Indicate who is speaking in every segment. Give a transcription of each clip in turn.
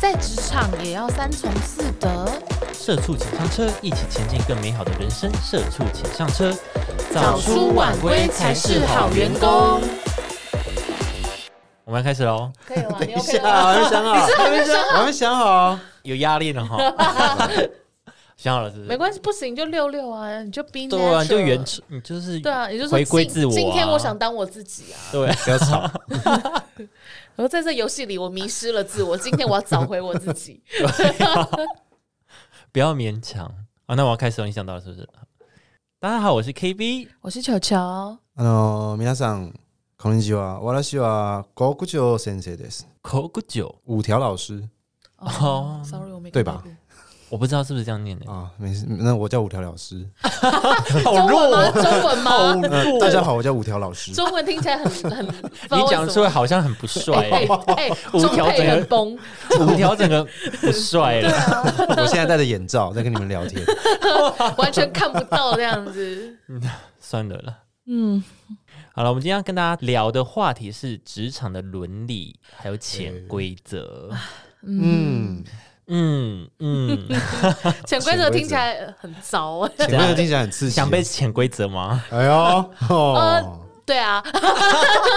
Speaker 1: 在职场也要三从四德。
Speaker 2: 社畜请上车，一起前进更美好的人生。社畜请上车，我们要开始喽！啊
Speaker 1: 可以吗？
Speaker 3: 等
Speaker 1: 你
Speaker 3: 一
Speaker 1: OK
Speaker 3: 下，
Speaker 1: 吗？
Speaker 3: 我还没想好，还没想，我还没想好。
Speaker 2: 有压力 了哈，想好了是不
Speaker 1: 没
Speaker 2: 是？
Speaker 1: 关系，不行就六六啊，你就逼
Speaker 2: 对啊，你就原始，你就是
Speaker 1: 对啊，也就是说
Speaker 2: 回归
Speaker 1: 今
Speaker 2: 自我啊
Speaker 1: 今天我想当我自己啊，
Speaker 2: 对，
Speaker 3: 不要吵，
Speaker 1: 然后在这游戏里我迷失了自我，今天我要找回我自己。
Speaker 2: 不要勉强啊！那我要开始了，你想到了是不是？大家好，我是 KB，
Speaker 1: 我是球哦球，
Speaker 3: あの皆さんこんにちは。私は高久久先生です。
Speaker 2: 口古酒，
Speaker 3: 五条老师
Speaker 1: 哦，sorry，我没
Speaker 3: 对吧？
Speaker 2: 我不知道是不是这样念
Speaker 1: 哦
Speaker 2: 的，
Speaker 3: 啊，没事，那我叫五条老师。
Speaker 1: 中文吗？中文
Speaker 2: 啊好
Speaker 1: 吗？
Speaker 3: 呃
Speaker 2: 弱，
Speaker 3: 大家好，我叫五条老师。
Speaker 1: 中文听起来很很，
Speaker 2: 你讲出来好像很不帅
Speaker 1: 哎
Speaker 2: 欸，
Speaker 1: 哎，
Speaker 2: 五
Speaker 1: 中
Speaker 2: 条整
Speaker 1: 配
Speaker 2: 个
Speaker 1: 很崩，
Speaker 2: 五条整个不帅了。
Speaker 3: 我现在戴着眼罩在跟你们聊天。
Speaker 1: 完全看不到这样子。
Speaker 2: 算了啦。
Speaker 1: 嗯，
Speaker 2: 好了，我们今天要跟大家聊的话题是职场的伦理还有潜规则。
Speaker 3: 嗯，
Speaker 2: 嗯 嗯，
Speaker 1: 潜规则听起来很糟。
Speaker 3: 前面的听起来很刺激。
Speaker 2: 啊想被潜规则吗？
Speaker 3: 哎呦，哦，
Speaker 1: 对啊，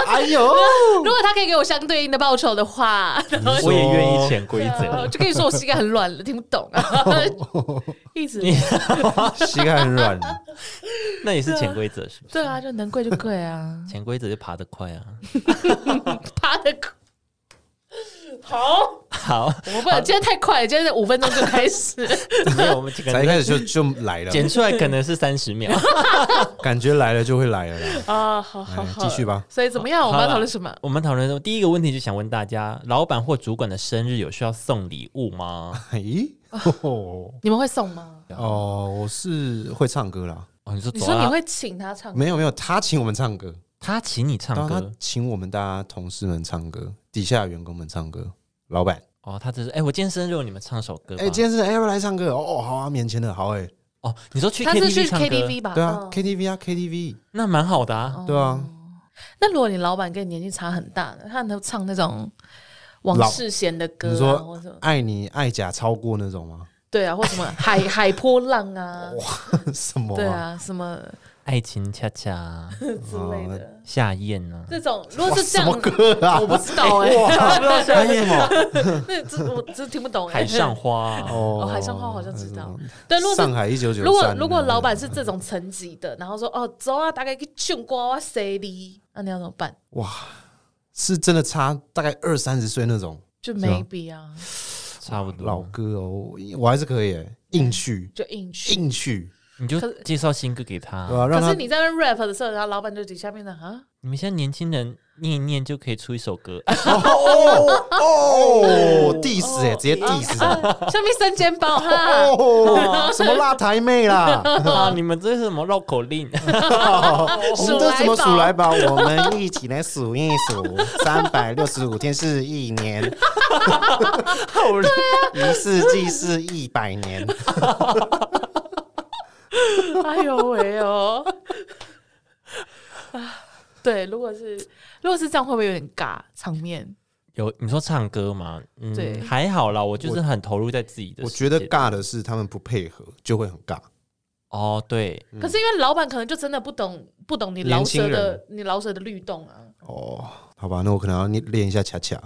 Speaker 3: 哎呦，
Speaker 1: 如果他可以给我相对应的报酬的话，
Speaker 3: 你说
Speaker 2: 我也愿意潜规
Speaker 1: 我
Speaker 2: 则。
Speaker 1: 就可以说我膝盖很软了，听不懂 啊，一直
Speaker 2: 你
Speaker 3: 膝盖很软。
Speaker 2: 那也是潜规则是不是？
Speaker 1: 对啊，就能跪就跪 啊，
Speaker 2: 潜规则就爬得快啊！
Speaker 1: 趴的。好，
Speaker 2: 好，
Speaker 1: 我们不能，今天太快了，今天五分钟就开始。
Speaker 2: 没有我们可
Speaker 3: 才一开
Speaker 2: 能
Speaker 3: 始就就来了，
Speaker 2: 剪出来可能是三十秒。
Speaker 3: 感觉来了就会来了啦。
Speaker 1: 啊，好好
Speaker 3: 哎
Speaker 1: 好，
Speaker 3: 继续吧。
Speaker 1: 所以怎么样？我们要讨论什么？
Speaker 2: 我们讨论的第一个问题就想问大家：老板或主管的生日有需要送礼物吗？
Speaker 3: 咦？哎哦，
Speaker 1: 你们会送吗？
Speaker 3: 哦，我是会唱歌啦。
Speaker 2: 哦，你说
Speaker 1: 你
Speaker 2: 走
Speaker 1: 说你
Speaker 2: 啊，
Speaker 1: 会请他唱？
Speaker 3: 没有没有，他请我们唱歌，
Speaker 2: 他请你唱
Speaker 3: 然后
Speaker 2: 歌
Speaker 3: 啊他请我们大家同事们唱歌，底下的员工们唱歌。老板，
Speaker 2: 哦，他只是哎，我今天生日，你们唱首歌吧。
Speaker 3: 哎、今天是 a r 来唱歌哦，哦好啊，免钱的好哎、
Speaker 2: 哦，你说去
Speaker 1: 他是去
Speaker 2: KTV 唱歌，
Speaker 1: KTV 吧？
Speaker 3: 对啊、
Speaker 1: 嗯
Speaker 3: k t v 啊，KTV，
Speaker 2: 那蛮好的
Speaker 1: 哦
Speaker 2: 啊。
Speaker 3: 对啊，
Speaker 1: 那如果你老板跟你年纪差很大的，他能唱那种王世贤的歌
Speaker 3: 你
Speaker 1: 啊，
Speaker 3: 说
Speaker 1: 或什么
Speaker 3: 爱你爱甲超过那种吗？
Speaker 1: 对啊，或什么海海波浪啊，
Speaker 3: 什么、
Speaker 1: 对，啊，什么
Speaker 2: 爱情恰恰
Speaker 1: 之类的。
Speaker 2: 夏啊宴呢、
Speaker 1: 这种如果是这
Speaker 3: 啊
Speaker 1: 样
Speaker 3: 什么，歌 啊？
Speaker 1: 我不知道哎、
Speaker 3: 哇，不知道夏什么
Speaker 1: 那这我这听不懂哎、
Speaker 2: 海上花、啊，
Speaker 1: 哦，
Speaker 3: 哦
Speaker 1: 海上话我好像知道
Speaker 3: 嗯。
Speaker 1: 对，如果
Speaker 3: 上
Speaker 1: 是
Speaker 3: 海一啊九九
Speaker 1: 如果如果老板是这种层级的，然后说哦走啊，大概去劝瓜哇谁哩，那你要怎么办？
Speaker 3: 是真的差大概二三十岁那种
Speaker 1: 就是
Speaker 3: 吗
Speaker 1: maybe 啊，
Speaker 2: 差不多。
Speaker 3: 老歌哦，我我还是可以、欸、硬去
Speaker 1: 就硬去。
Speaker 3: 硬去，
Speaker 2: 你
Speaker 1: 可
Speaker 2: 就是介绍新歌给他。
Speaker 3: 对吧、啊让
Speaker 1: 可
Speaker 3: 他
Speaker 1: 是你在那 rap 的时候，然后老板就底下面的啊，
Speaker 2: 你们现在年轻人念一念就可以出一首 歌，
Speaker 3: 哦 哦，diss 哎、
Speaker 1: 哦
Speaker 3: 直接 diss，、
Speaker 1: 啊下面生煎包哈。
Speaker 3: 哦，什么辣台妹啦，
Speaker 2: 啊，你们这是什么绕口令？
Speaker 3: 我们这怎么数来宝？我们一起来数一数，三百六十五天是一年，一世纪是一百年。
Speaker 1: 哎呦喂哦！啊对，如果是如果是这样，会不会有点尬场面？
Speaker 2: 有你说唱歌吗？嗯，
Speaker 1: 对
Speaker 2: 还好啦，我就是很投入在自己的
Speaker 3: 我
Speaker 2: 世界
Speaker 3: 觉
Speaker 2: 里。
Speaker 3: 得尬的是他们不配合，就会很尬。
Speaker 2: 哦，对，
Speaker 1: 可是因为老板可能就真的不懂不懂你老舍
Speaker 3: 年轻
Speaker 1: 的
Speaker 3: 人
Speaker 1: 你老舍的律动啊，
Speaker 3: 哦，好吧，那我可能要练一下恰恰。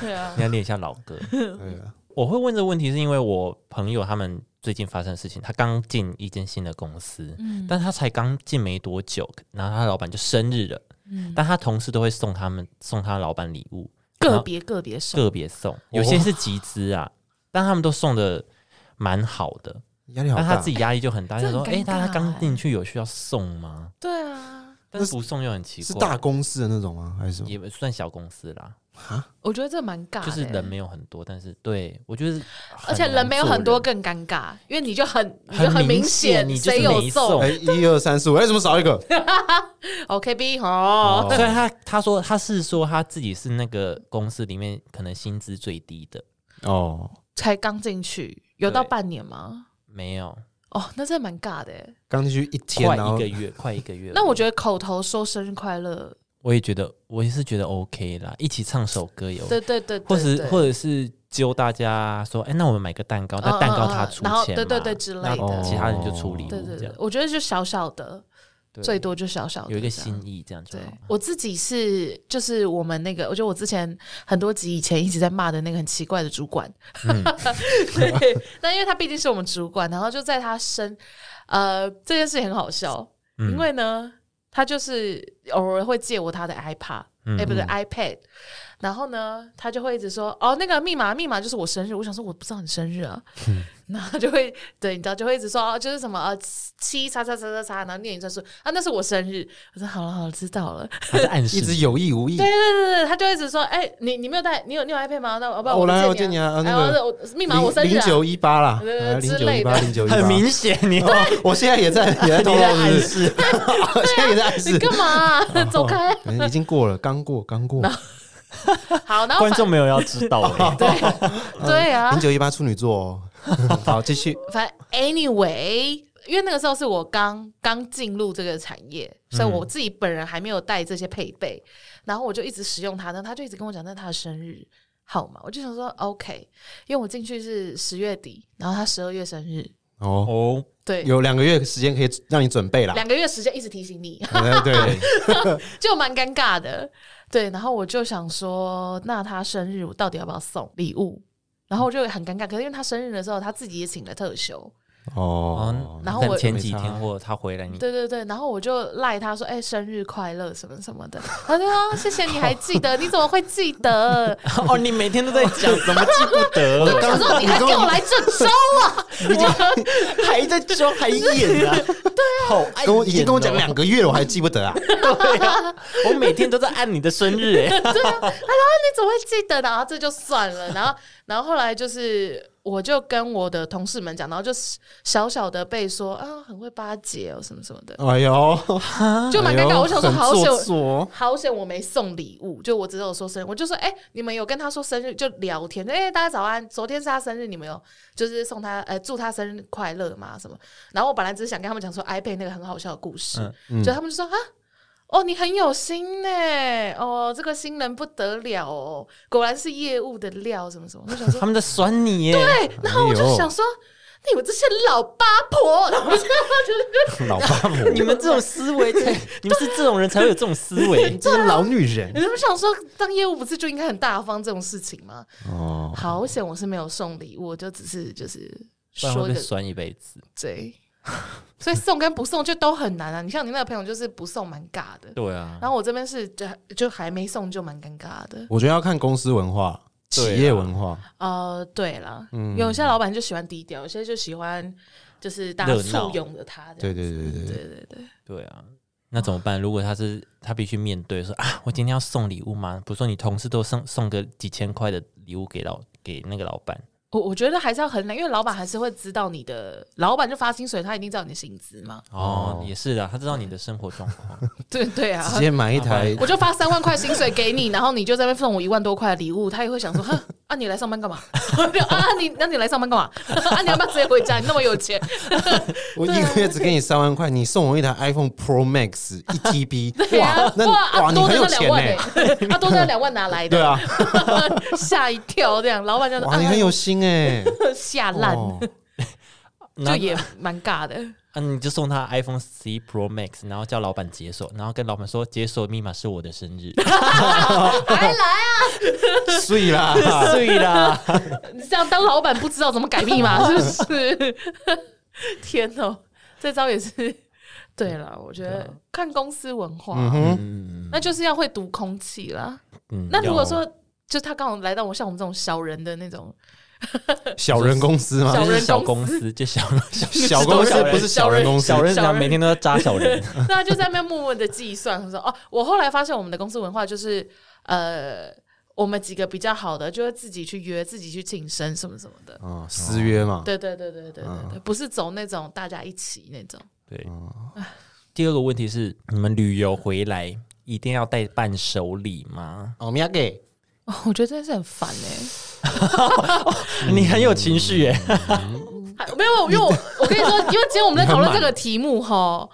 Speaker 1: 对 啊
Speaker 2: 你，要练一下老 歌。
Speaker 3: 对啊，
Speaker 2: 我会问这个问题，是因为我朋友他们最近发生的事情，他刚进一间新的公司，
Speaker 1: 嗯
Speaker 2: 但他才刚进没多久，然后他老板就生日了，
Speaker 1: 嗯
Speaker 2: 但他同事都会送他们送他老板礼物，
Speaker 1: 个别个别送，哦
Speaker 2: 个别送，有些是集资啊，但他们都送的蛮好的，
Speaker 3: 压力好
Speaker 2: 但啊他
Speaker 3: 大
Speaker 2: 自。己压力就很大，
Speaker 1: 这
Speaker 2: 就
Speaker 1: 很
Speaker 2: 说：“
Speaker 1: 尴
Speaker 2: 哎、
Speaker 1: 尬
Speaker 2: 大家刚
Speaker 1: 欸
Speaker 2: 进去有需要送吗？
Speaker 1: 对啊，
Speaker 2: 但是不送又很奇怪。”
Speaker 3: 是大公司的那种吗？还是什么？
Speaker 2: 也算小公司啦，
Speaker 1: 我觉得这蛮尬的，
Speaker 2: 就是人没有很多，但是对我觉得，
Speaker 1: 而且人没有很多，更尴尬，因为你就很你就
Speaker 2: 很
Speaker 1: 明
Speaker 2: 明显你就是
Speaker 1: 谁有
Speaker 2: 没送
Speaker 1: 送
Speaker 3: 哎，一二三四五，哎，怎么少一个？
Speaker 1: ？OK B 哦，
Speaker 2: 虽然他他说他是说他自己是那个公司里面可能薪资最低的，
Speaker 3: 哦，
Speaker 1: 才刚进去，有到
Speaker 2: 对
Speaker 1: 半年吗？
Speaker 2: 没有
Speaker 1: 哦，那真的蛮尬的欸。
Speaker 3: 刚进去一天，
Speaker 2: 快
Speaker 3: 然
Speaker 2: 一
Speaker 3: 后
Speaker 2: 个月，快一个月。
Speaker 1: 那我觉得口头说生日快乐
Speaker 2: 我也觉得，我也是觉得 OK 啦，一起唱首歌有，
Speaker 1: 对对对，对
Speaker 2: 或是
Speaker 1: 对
Speaker 2: 或者是揪大家说，哎、那我们买个蛋糕，那
Speaker 1: 嗯
Speaker 2: 蛋糕他
Speaker 1: 嗯嗯
Speaker 2: 出
Speaker 1: 然后
Speaker 2: 钱嘛，
Speaker 1: 对对对之类
Speaker 2: 那
Speaker 1: 的
Speaker 2: 其他人就出礼物，
Speaker 1: 对对
Speaker 2: 这
Speaker 1: 对
Speaker 2: 样，
Speaker 1: 我觉得就小小的，
Speaker 2: 对
Speaker 1: 最多就小小的
Speaker 2: 有一个
Speaker 1: 这样
Speaker 2: 心意，这样就
Speaker 1: 对
Speaker 2: 好了。
Speaker 1: 我自己是，就是我们那个，我觉得我之前很多集以前一直在骂的那个很奇怪的主管，
Speaker 2: 嗯
Speaker 1: 对，那因为他毕竟是我们主管，然后就在他身，呃，这件事情很好笑，
Speaker 2: 嗯
Speaker 1: 因为呢，他就是偶尔会借我他的 iPad，哎、不
Speaker 2: 嗯
Speaker 1: 对 iPad，然后呢，他就会一直说，哦，那个密码密码就是我生日，我想说我不知道你生日啊，然后就会对，你知道就会一直说，哦，就是什么呃七叉叉叉叉叉，然后念一串数啊，那是我生日，我说好了好了，知道了，
Speaker 2: 他在暗示
Speaker 3: 一直有意无意
Speaker 1: 对，啊对对对，他就一直说，哎、你你没有带，你有你有 iPad 吗？那我不然
Speaker 3: 我来
Speaker 1: 我
Speaker 3: 我借你啊啊
Speaker 1: 然
Speaker 3: 那
Speaker 1: 后
Speaker 3: 个
Speaker 1: 哎我密码我生日、
Speaker 3: 零
Speaker 1: 啊。
Speaker 3: 九一八啦，啊
Speaker 1: 对对
Speaker 3: 零
Speaker 1: 之
Speaker 3: 九一
Speaker 1: 类的
Speaker 3: 八零九一八，
Speaker 2: 很明显， 你
Speaker 3: 哦。我现在也在也在透
Speaker 2: 你
Speaker 3: 露
Speaker 2: 在
Speaker 3: 是
Speaker 2: 暗
Speaker 3: 不是，
Speaker 2: 示，
Speaker 3: 现在也在暗
Speaker 1: 你
Speaker 3: 示，
Speaker 1: 干嘛、 走开！
Speaker 3: 嗯已经过了，刚过刚过。哦
Speaker 1: 好，然后
Speaker 2: 观
Speaker 1: 反
Speaker 2: 众没有要知道、欸，
Speaker 3: 嗯
Speaker 1: 对啊
Speaker 3: 零，九一八处女座哦，好继续。
Speaker 1: 反正 anyway，因为那个时候是我刚刚进入这个产业，所以我自己本人还没有带这些配备，然后我就一直使用它，然后他就一直跟我讲那是他的生日号码，我就想说 OK，因为我进去是十月底，然后他十二月生日，
Speaker 3: 哦，
Speaker 2: 哦，
Speaker 1: 对，
Speaker 3: 有两个月时间可以让你准备啦。
Speaker 1: 两个月时间一直提醒你，
Speaker 3: 对对，
Speaker 1: 就蛮尴尬的。对，然后我就想说，那他生日我到底要不要送礼物？然后我就很尴尬，可是因为他生日的时候，他自己也请了特休，
Speaker 3: 哦
Speaker 2: 哦，，
Speaker 1: 然后
Speaker 2: 等
Speaker 1: 我
Speaker 2: 前几
Speaker 3: 没差
Speaker 2: 天或者他回来，
Speaker 3: 嗯
Speaker 2: 你
Speaker 1: 对对对，然后我就赖他说：“哎、生日快乐，什么什么的。”他说：“哦，谢谢你还记得，你怎么会记 得？
Speaker 2: 哦，你每天都在讲，怎么记不
Speaker 1: 我
Speaker 2: 得？
Speaker 1: 想说你还给我来这招 啊！我
Speaker 2: 还在装，还演啊？ 对啊，好爱
Speaker 3: 跟我已经
Speaker 2: 演
Speaker 3: 跟我讲
Speaker 2: 哦
Speaker 3: 两个月了，我还记不得 啊。
Speaker 2: 对啊，我每天都在按你的生日哎、
Speaker 1: 对啊，他说啊你怎么会记得？然后这就算了，然后然后后来就是。”我就跟我的同事们讲，然后就小小的被说啊，很会巴结哦，什么什么的，
Speaker 3: 哎呦，
Speaker 1: 就蛮尴
Speaker 3: 哎
Speaker 1: 尬。
Speaker 3: 呦
Speaker 1: 我想说，
Speaker 3: 很
Speaker 1: 好
Speaker 3: 做
Speaker 1: 险，
Speaker 3: 作
Speaker 1: 好险我没送礼物，就我只有说生日，我就说，哎、你们有跟他说生日就聊天，哎、大家早安，昨天是他生日，你们有就是送他，呃，祝他生日快乐嘛什么？然后我本来只是想跟他们讲说 iPad 那个很好笑的故事，就他们就说啊。哦，你很有心呢！哦，这个新人不得了哦，果然是业务的料，什么什么。我就 想说，
Speaker 2: 他们在酸你哎耶、
Speaker 1: 对，然后我就想说，你们这些老八婆，然后我就觉
Speaker 3: 老八 婆，
Speaker 2: 你们这种思维才， 你们是这种人才会有这种思 维。
Speaker 3: 这是老女人
Speaker 1: 得，你们想说，当业务不是就应该很大方这种事情吗？
Speaker 3: 哦。
Speaker 1: 好险，我是没有送礼物，我就只是就是
Speaker 2: 不然会
Speaker 1: 说
Speaker 2: 被
Speaker 1: 个
Speaker 2: 酸一辈子。
Speaker 1: 嘴，所以送跟不送就都很难啊。你像你那个朋友，就是不送蛮尬的，
Speaker 2: 对啊，
Speaker 1: 然后我这边是就就还没送就蛮尴尬的。
Speaker 3: 我觉得要看公司文化、
Speaker 2: 对啊
Speaker 3: 企业文化。
Speaker 1: 呃，对了，
Speaker 2: 嗯
Speaker 1: 有些老板就喜欢低调，有些就喜欢就是大家
Speaker 2: 热闹
Speaker 1: 簇拥着他这
Speaker 3: 对
Speaker 1: 样。
Speaker 3: 对对对对，
Speaker 1: 对对对，
Speaker 2: 对啊，那怎么办？如果他是他必须面对说啊，我今天要送礼物吗？比如说你同事都送送个几千块的礼物给老给那个老板，
Speaker 1: 我我觉得还是要衡量，因为老板还是会知道你的，老板就发薪水，他一定知道你的薪资嘛。
Speaker 2: 哦，也是的，他知道你的生活状 况，
Speaker 1: 对对啊，
Speaker 3: 直接买一台
Speaker 1: 我就发三万块薪水给你，然后你就在那边送我一万多块的礼物，他也会想说，哼，啊你来上班干嘛？ 就啊你那你来上班干嘛？ 啊你要不要直接回家？你那么有钱，
Speaker 3: 我一
Speaker 1: 啊
Speaker 3: 个月只给你三万块，你送我一台 iPhone Pro Max 一 TB，
Speaker 1: 对啊
Speaker 3: 哇，，那
Speaker 1: 哇
Speaker 3: 哇
Speaker 1: 啊
Speaker 3: 你
Speaker 1: 多
Speaker 3: 很
Speaker 1: 的
Speaker 3: 有
Speaker 1: 那两
Speaker 3: 钱
Speaker 1: 万
Speaker 3: 呢
Speaker 1: 欸， 啊多的那两万哪来的？
Speaker 3: 对啊，
Speaker 1: 吓一跳这样，老板就说
Speaker 3: 哇你很有心哎，
Speaker 1: 啊吓 烂，
Speaker 3: 哦
Speaker 1: 就
Speaker 2: 那
Speaker 1: 也蛮尬的。
Speaker 2: 啊，你就送他 iPhone 十一 Pro Max，然后叫老板解锁，然后跟老板说解锁密码是我的生日，
Speaker 3: 碎啦，
Speaker 2: 对啦，
Speaker 1: 你这样当老板不知道怎么改密码，是不是？ 天哦，这招也是。对了，我觉
Speaker 3: 啊
Speaker 1: 得看公司文化，
Speaker 3: 嗯
Speaker 1: 那就是要会读空气啦。
Speaker 2: 嗯
Speaker 1: 那如果
Speaker 2: 要
Speaker 1: 说就他刚好来到我像我们这种小人的那种，
Speaker 3: 小人公司吗？
Speaker 2: 就是小
Speaker 1: 小人
Speaker 2: 公
Speaker 1: 公
Speaker 2: 司，就小
Speaker 3: 小公司不是小人公司，
Speaker 2: 小人，
Speaker 1: 小
Speaker 2: 然后
Speaker 1: 人
Speaker 2: 每天都要扎小人，
Speaker 1: 那他就在那边默默的计算说哦，我后来发现我们的公司文化就是呃，我们几个比较好的就会自己去约，自己去庆生什么什么的。
Speaker 3: 哦，私约嘛，
Speaker 1: 对对对对对对对，不是走那种大家一起那种。
Speaker 2: 对。第二个问题是，你们旅游回来一定要带伴手礼 吗？
Speaker 3: 我们要给
Speaker 1: 哦，我觉得这件事很烦哎、
Speaker 2: 你很有情绪耶，
Speaker 1: 还没有，因为我我跟你说，因为今天我们在讨论这个题目哈，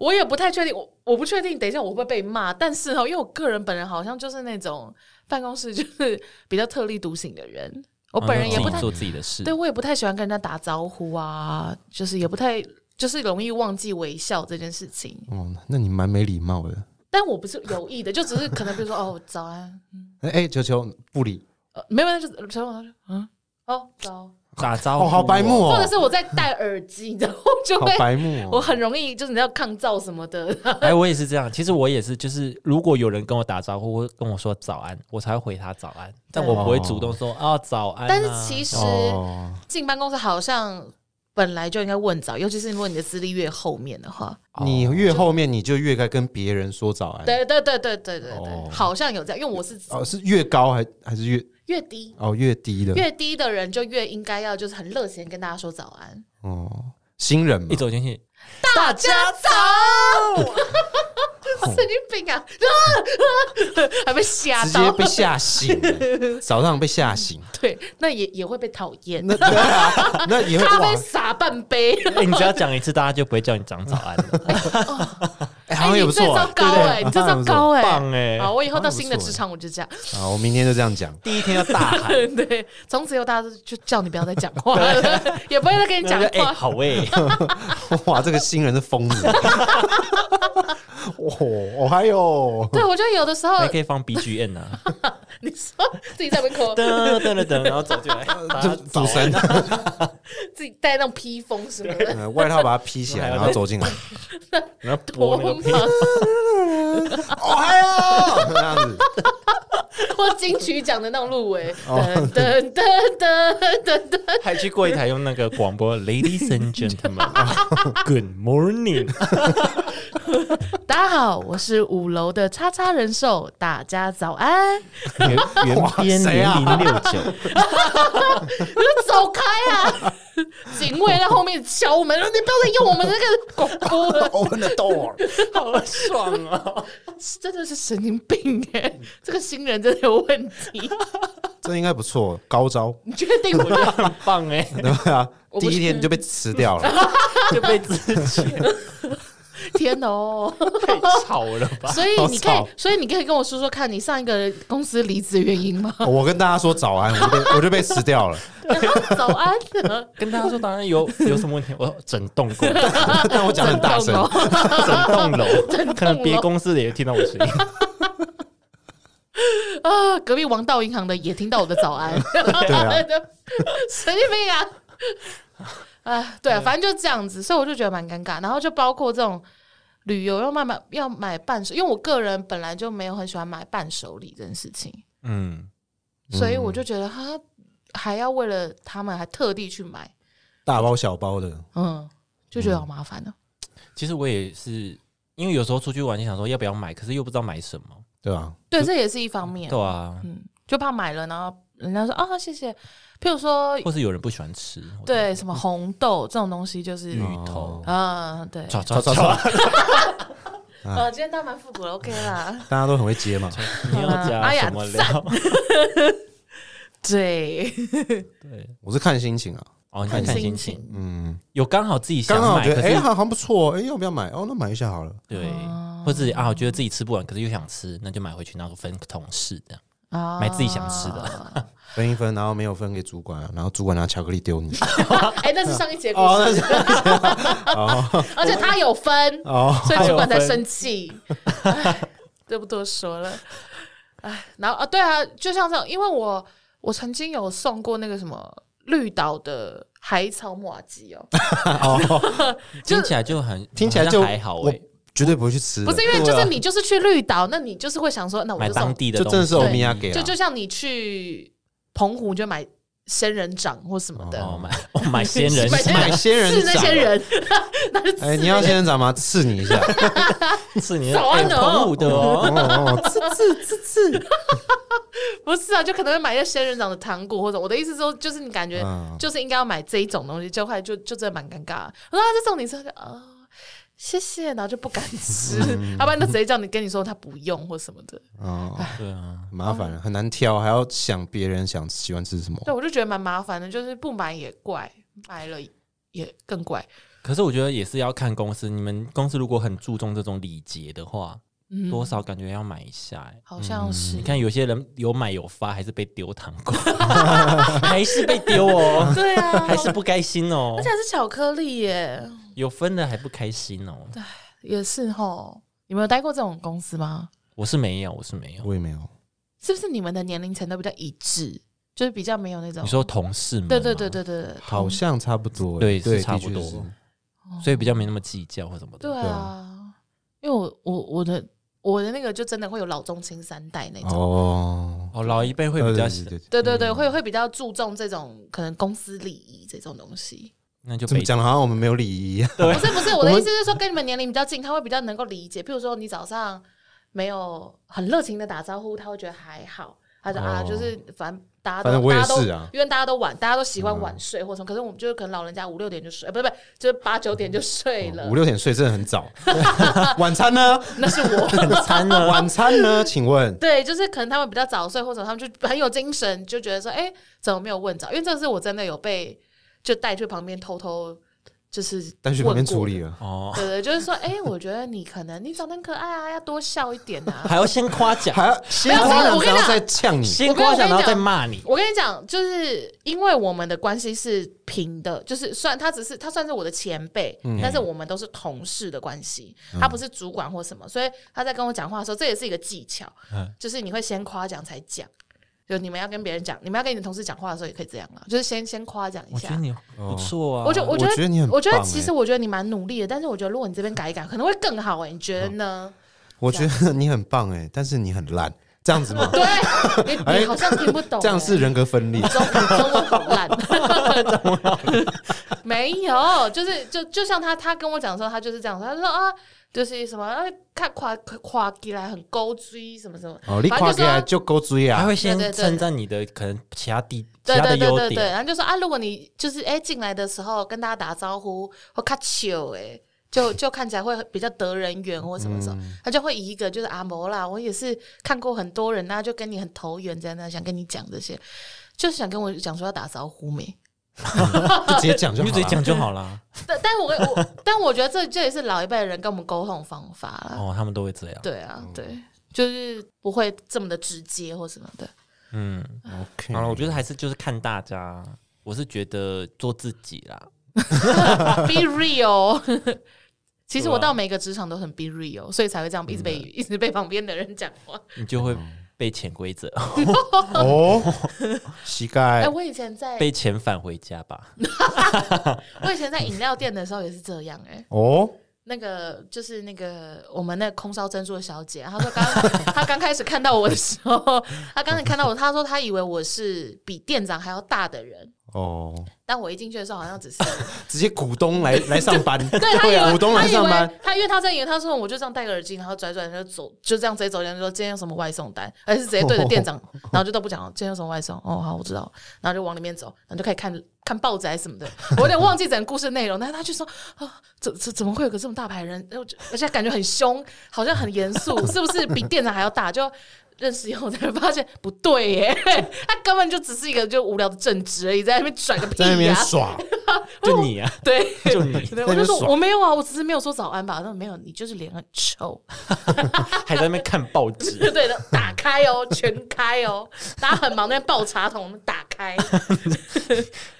Speaker 1: 我也不太确定，我我不确定，等一下我会不会被骂。但是哦，因为我个人本人好像就是那种办公室就是比较特立独行的人，我本人也不
Speaker 2: 哦自己
Speaker 1: 太、
Speaker 2: 做自己的事
Speaker 1: 对，我也不太喜欢跟人家打招呼啊，就是也不太就是容易忘记微笑这件事情。
Speaker 3: 哦，那你蛮没礼貌的。
Speaker 1: 但我不是有意的，就只是可能比如说哦早安，
Speaker 3: 哎、哎，球球不理，
Speaker 1: 呃、没有，那就是小朋友就嗯哦早，
Speaker 2: 打招呼啊
Speaker 3: 哦，好白目
Speaker 1: 或者
Speaker 3: 哦，
Speaker 1: 是我在戴耳机，你知道吗，我就
Speaker 3: 好
Speaker 1: 会
Speaker 3: 白目
Speaker 1: 我
Speaker 3: 哦。
Speaker 1: 很容易就是你知道抗噪什么的，
Speaker 2: 哎，我也是这样。其实我也是，就是如果有人跟我打招呼，或跟我说早安，我才会回他早安，但我不会主动说哦早安啊、
Speaker 1: 但是其实
Speaker 3: 哦，
Speaker 1: 进办公室好像本来就应该问早，尤其是如果你的资历越后面的话，
Speaker 3: 你越后面你就越该跟别人说早安。
Speaker 1: 哦对对对对对对对，
Speaker 3: 哦
Speaker 1: 好像有这样，因为我是
Speaker 3: 哦，是越高还还是越
Speaker 1: 越低。
Speaker 3: 哦越低的
Speaker 1: 越低的人就越应该要就是很热情地跟大家说早安，
Speaker 3: 哦，新人嘛
Speaker 2: 一，走进去，
Speaker 1: 大家早， 神经病啊， 还被吓
Speaker 3: 直
Speaker 1: 到
Speaker 3: 接，被吓醒 了，早上被吓醒，
Speaker 1: 对，那也也会被讨厌，
Speaker 3: 那对啊那以后
Speaker 1: 咖
Speaker 3: 哇
Speaker 1: 啡，洒半杯，
Speaker 2: 哎，你只要讲一次，大家就不会叫你讲早安了，
Speaker 3: 哎好像也不
Speaker 1: 哎你
Speaker 3: 错
Speaker 1: 这
Speaker 3: 啊
Speaker 1: 招，高
Speaker 3: 对不对
Speaker 1: 哎，你这
Speaker 3: 好
Speaker 1: 招
Speaker 3: 像不错
Speaker 1: 高哎，
Speaker 2: 棒哎！
Speaker 1: 好，我以后到新的
Speaker 3: 好像不错
Speaker 1: 职场我就这样，
Speaker 3: 好，我明天就这样讲。
Speaker 2: 第一天要大喊，
Speaker 1: 对，从此以后大家都就叫你不要再讲话了， 也不会再跟你
Speaker 2: 那
Speaker 1: 讲
Speaker 2: 就哎
Speaker 1: 话。
Speaker 2: 好 哎，
Speaker 3: 哇，这个新人是疯 子。哦，还有
Speaker 1: 对，我觉得有的时候
Speaker 2: 还可以放 BGM 啊，
Speaker 1: 你说自己在门口
Speaker 2: 噔噔噔噔，然后走进来，大家
Speaker 3: 这
Speaker 2: 早
Speaker 3: 主
Speaker 2: 安
Speaker 3: 持人
Speaker 1: 啊自己带那种披风什么的，
Speaker 3: 呃外套把它披起 来，然后走进来。
Speaker 2: 然后播
Speaker 1: 多
Speaker 2: 那个
Speaker 1: 忙
Speaker 2: 片，！
Speaker 3: 哦，还有这样子，
Speaker 1: 或金曲奖的那种入围，
Speaker 2: 哦
Speaker 1: 噔噔噔噔噔噔，
Speaker 2: 还去柜台用那个广播，Ladies and gentlemen，Good morning，
Speaker 1: 大家好，我是五楼的叉叉人寿，大家早安，
Speaker 2: 原原编
Speaker 3: 谁啊
Speaker 2: 零零六九，
Speaker 1: 我就走开 啊！警卫在后面敲门，说你不要再用我们那个广播了，
Speaker 3: Open the door，
Speaker 2: 好 爽哦！
Speaker 1: 真的是神经病哎、这个新人真的有问题，
Speaker 3: 这应该不错，高招。
Speaker 1: 你确定我就
Speaker 2: 很棒哎、
Speaker 3: 对啊，
Speaker 1: 我
Speaker 3: 第
Speaker 1: 不
Speaker 3: 一天你就被辞掉了。
Speaker 2: 就被自 己
Speaker 1: 天哦？
Speaker 2: 太吵了吧？
Speaker 1: 所以你可
Speaker 3: 好
Speaker 1: 以
Speaker 3: 吵，
Speaker 1: 所以你可以跟我说说看你上一个公司离职的原因 吗？
Speaker 3: 我跟大家说早安，我就被我就被辞掉了。
Speaker 1: 早安，
Speaker 2: 跟大家说，当然有有什么问题，我整栋 公司、
Speaker 3: 但我讲得很大声
Speaker 1: 震，动哦
Speaker 2: 整栋楼，可能别公司的也听到我声音。
Speaker 1: 啊！隔壁王道银行的也听到我的早安，
Speaker 3: 对啊
Speaker 1: 神经病啊！啊，对啊，反正就这样子，所以我就觉得蛮尴尬。然后就包括这种旅游要慢慢要买伴手，因为我个人本来就没有很喜欢买伴手礼这件事情，
Speaker 2: 嗯，
Speaker 1: 所以我就觉得哈，还要为了他们还特地去买，
Speaker 3: 大包小包的。
Speaker 1: 嗯，就觉得好麻烦哦
Speaker 2: 嗯
Speaker 1: 了。
Speaker 2: 其实我也是，因为有时候出去玩就想说要不要买，可是又不知道买什么。
Speaker 3: 对吧？
Speaker 1: 对，这也是一方面。
Speaker 2: 对啊，
Speaker 1: 就怕买了，然后人家说啊谢谢。譬如说，
Speaker 2: 或是有人不喜欢吃，我就
Speaker 1: 对什么红豆这种东西，就是
Speaker 2: 芋头
Speaker 3: 哦，
Speaker 1: 啊，对，
Speaker 2: 抓抓
Speaker 3: 抓
Speaker 2: 抓
Speaker 3: 抓抓
Speaker 2: 抓，，啊
Speaker 1: 呃，今天大家蛮复古了，OK 啦，
Speaker 3: 大家都很 会接嘛。
Speaker 2: 你要加什么料？
Speaker 1: 对，
Speaker 2: 对，
Speaker 3: 我是看心情啊，
Speaker 2: 哦，你看
Speaker 1: 看
Speaker 2: 心
Speaker 1: 心
Speaker 2: 情，
Speaker 1: 情
Speaker 3: 嗯，
Speaker 2: 有刚好自己想
Speaker 3: 刚好
Speaker 2: 买，
Speaker 3: 觉
Speaker 2: 可
Speaker 3: 得哎，
Speaker 2: 是
Speaker 3: 好像不错，哎，要不要买？哦，那买一下好了。
Speaker 2: 对，或者啊，我觉得自己吃不完，可是又想吃，那就买回去，然后分同事这样。
Speaker 1: 啊，
Speaker 2: 买自己想吃的，
Speaker 1: 哦
Speaker 3: 分一分，然后没有分给主管，然后主管拿巧克 力丢你。
Speaker 1: 哎，那是上一节故
Speaker 3: 哦，那
Speaker 1: 事，
Speaker 3: 是
Speaker 1: 而且他有分，
Speaker 3: 哦，
Speaker 1: 所以主管
Speaker 2: 他
Speaker 1: 才
Speaker 2: 有分
Speaker 1: 生气，哎这不多说了，哎，然后啊，对啊，就像这种，因为我我曾经有送过那个什么绿岛的海草马吉哦，
Speaker 2: 听起来就很
Speaker 3: 听起来就
Speaker 2: 好像还好
Speaker 3: 我
Speaker 2: 哎，
Speaker 3: 绝对不会去吃的。
Speaker 1: 不是因为就
Speaker 3: 对
Speaker 1: 是
Speaker 3: 啊
Speaker 1: 你就是去绿岛，那你就是会想说，那我
Speaker 2: 买
Speaker 1: 就送
Speaker 2: 当地的
Speaker 3: 就
Speaker 2: 东
Speaker 3: 真的是
Speaker 2: 西
Speaker 3: 欧米亚给
Speaker 1: 就
Speaker 3: 啊，
Speaker 1: 就像你去澎湖就买仙人掌或什么的，
Speaker 2: 哦买哦买仙 人
Speaker 1: 买仙
Speaker 2: 掌
Speaker 1: 人
Speaker 3: 买仙人
Speaker 1: 是那
Speaker 3: 掌
Speaker 1: 些人，那是
Speaker 3: 哎，你要仙人掌吗？刺你 一下。
Speaker 2: 是你的
Speaker 1: 早安
Speaker 2: 哎
Speaker 1: 哦
Speaker 2: 澎湖的 哦，
Speaker 3: 哦哦，刺刺刺刺。
Speaker 1: 不是啊？就可能会买一些仙人掌的糖果或者我的意思说，就是你感觉
Speaker 3: 嗯
Speaker 1: 就是应该要买这一种东西，就后来就就真的蛮尴尬。我说啊，这种你说哦，谢谢，然后就不敢吃，
Speaker 2: 嗯
Speaker 1: 要不然就直接叫你跟你说他不用或什么的。
Speaker 3: 哦，
Speaker 2: 对啊，
Speaker 3: 麻烦了，很难挑，还要想别人想喜欢吃什么。
Speaker 1: 对，我就觉得蛮麻烦的，就是不买也怪，买了也更怪。
Speaker 2: 可是我觉得也是要看公司，你们公司如果很注重这种礼节的话，
Speaker 1: 嗯，
Speaker 2: 多少感觉要买一下、欸。
Speaker 1: 好像是。
Speaker 2: 你看有些人有买有发，还是被丢糖 果，还是被丢哦，
Speaker 1: 对啊，
Speaker 2: 还是不开心哦
Speaker 1: 而，且还是巧克力耶，
Speaker 2: 有分的还不开心哦。
Speaker 1: 也是吼。你们有待过这种公司吗？
Speaker 2: 我是没有，我是没有。
Speaker 3: 我也没有。
Speaker 1: 是不是你们的年龄层都比较一致，就是比较没有那种？
Speaker 2: 你说同事们吗？
Speaker 1: 对对对对对对，
Speaker 3: 好像差不多欸，
Speaker 2: 对是
Speaker 3: 对，
Speaker 2: 差不
Speaker 3: 的确
Speaker 2: 多
Speaker 3: 是
Speaker 2: 所以比较没那么计较或什么的。
Speaker 1: 对啊，因为我我我的我的那个就真的会有老中青三代那种，
Speaker 3: 哦，
Speaker 2: 哦，老一辈会比较
Speaker 3: 呃，对对对
Speaker 1: 对对对，会会比较注重这种可能公司礼仪这种东西。
Speaker 2: 那就
Speaker 3: 怎么
Speaker 2: 被
Speaker 3: 讲的好像我们没有礼仪一样。
Speaker 1: 不是不 是，我的意思是说跟你们年龄比较近，他会比较能够理解。譬如说你早上没有很热情的打招呼，他会觉得还好，他说、啊
Speaker 2: 哦
Speaker 1: 就是反正。大家
Speaker 3: 反正
Speaker 1: 都
Speaker 3: 我也
Speaker 1: 大家都
Speaker 3: 是啊嗯
Speaker 1: 因为大家都晚，大家都喜欢晚睡或什么。可是我们就是可能老人家五六点就睡，呃不是不是，就是八九点就睡了。
Speaker 3: 哦五六点睡真的 很早，晚餐呢？
Speaker 1: 那是我，
Speaker 2: 很 惨呢。
Speaker 3: 晚餐呢？请问
Speaker 1: 对，就是可能他们比较早睡，或者他们就很有精神，就觉得说，哎、怎么没有问早？因为这个是我真的有被就带去旁边偷偷就是
Speaker 3: 带去旁边处
Speaker 1: 问
Speaker 3: 理了。
Speaker 2: 哦
Speaker 1: 过。，对对，就是说，哎、我觉得你可能你长得很可爱啊，要多笑一点啊。
Speaker 2: 还要先夸 奖，
Speaker 3: 还要先夸
Speaker 1: 没有
Speaker 3: 奖，
Speaker 1: 我跟你讲
Speaker 3: 然
Speaker 1: 啊
Speaker 3: 后再呛你。
Speaker 2: 先夸
Speaker 1: 我跟
Speaker 2: 奖，
Speaker 1: 你
Speaker 2: 然后再
Speaker 1: 讲
Speaker 2: 骂你。
Speaker 1: 我跟你讲，就是因为我们的关系是平的，就是虽然他只是他算是我的前辈，
Speaker 3: 嗯
Speaker 1: 但是我们都是同事的关系，他不是主管或什么，所以他在跟我讲话的时候，这也是一个技巧，
Speaker 2: 嗯
Speaker 1: 就是你会先夸奖才讲。就你们要跟别人讲，你们要跟你的同事讲话的时候也可以这样啊，就是先先夸奖一
Speaker 2: 我觉
Speaker 1: 下
Speaker 2: 得。你不错啊，
Speaker 1: 我觉得，觉
Speaker 3: 我觉得
Speaker 1: 得
Speaker 3: 你很
Speaker 1: 我觉得
Speaker 3: 棒
Speaker 1: 其
Speaker 3: 欸
Speaker 1: 实我觉得你蛮努力的，但是我觉得如果你这边改一改，可能会更好哎、你觉得呢？
Speaker 3: 我觉得你很棒哎，但是你很烂，这 样子吗？
Speaker 1: 对，你你
Speaker 3: 哎
Speaker 1: 好像听不懂欸、
Speaker 3: 这样是人格分 裂
Speaker 1: 你。中你中文好 烂，没有，就是就就像他他跟我讲的时候，他就是这样说，他说啊，就是什么啊，看垮垮起来很勾追什么什么，
Speaker 3: 哦，你
Speaker 1: 反正
Speaker 3: 夸
Speaker 1: 就
Speaker 3: 起
Speaker 1: 说
Speaker 3: 来就勾追
Speaker 2: 他
Speaker 3: 啊！
Speaker 2: 会先
Speaker 1: 对对对
Speaker 2: 称赞你的可能其他地其
Speaker 1: 对
Speaker 2: 他的
Speaker 1: 对对
Speaker 2: 优
Speaker 1: 对对，
Speaker 2: 点，
Speaker 1: 然后就说啊，如果你就是哎进来的时候跟大家打招呼或卡球哎。就 就看起来会比较得人缘或什么什么，
Speaker 3: 嗯
Speaker 1: 他就会以一个就是阿摩啦，我也是看过很多人啊，就跟你很投缘这样那想跟你讲这些，就是想跟我讲说要打招呼没，啊
Speaker 3: 就直接讲就
Speaker 2: 你
Speaker 3: 好
Speaker 2: 就直接讲
Speaker 3: 了。
Speaker 2: 就好 啦。
Speaker 1: 但但我我但我觉得这这也是老一辈的人跟我们沟通的方法啦。
Speaker 2: 哦，嗯他们都会这样。
Speaker 1: 对啊，对，就是不会这么的直接或什么的。
Speaker 2: 嗯，
Speaker 3: OK，
Speaker 2: 好了，我觉得还是就是看大家，我是觉得做自己啦。
Speaker 1: be real。其实我
Speaker 2: 对啊
Speaker 1: 到每个职场都很 be real，所以才会这样一直被一直被旁边的人讲话。
Speaker 2: 你就会被潜规则，
Speaker 3: 哦， 膝
Speaker 1: 哎，
Speaker 3: 盖
Speaker 1: 我以前在
Speaker 2: 被遣返回家 吧。
Speaker 1: 我以前在饮料店的时候也是这样哎。
Speaker 3: 哦，
Speaker 1: 那个就是那个我们那个空烧珍珠的小姐，她说刚她刚开始看到我的时候，她刚开始看到我，她说她以为我是比店长还要大的人，
Speaker 3: 哦，
Speaker 1: 但我一进去的时候好像只是
Speaker 3: 直接股东来来上班，
Speaker 1: 对他以
Speaker 3: 对啊，
Speaker 1: 为
Speaker 3: 股东来
Speaker 1: 他以
Speaker 3: 上班
Speaker 1: 为，他因为他在演，他说我就这样戴个耳机，然后拽拽就走，就这样直接走进来就说今天有什么外送单，而是直接对着店
Speaker 3: 哦
Speaker 1: 长，然后就都不讲今天有什么外送，哦好我知道，然后就往里面走，然后就开始看看报纸还是什么的，我有点忘记整个故事内容，但是他就说啊怎怎怎么会有个这么大牌人，然后就而且感觉很凶，好像很严肃，是不是比店长还要大就？认识以后才发现不对耶， 他根本就只是一个就无聊的正职而已，在那边拽个屁
Speaker 3: 在那边
Speaker 1: 呀、
Speaker 3: 耍，
Speaker 2: 就你啊，
Speaker 1: 对，
Speaker 2: 就你
Speaker 1: 对，
Speaker 3: 在
Speaker 1: 我就
Speaker 3: 那边
Speaker 1: 说
Speaker 3: 爽
Speaker 1: 我没有啊，我只是没有说早安吧。他说没有，你就是脸很臭。
Speaker 2: 还在那边看报
Speaker 1: 对
Speaker 2: 纸，
Speaker 1: 对的，打开哦，全开哦，大家很忙在那边抱茶桶，打开。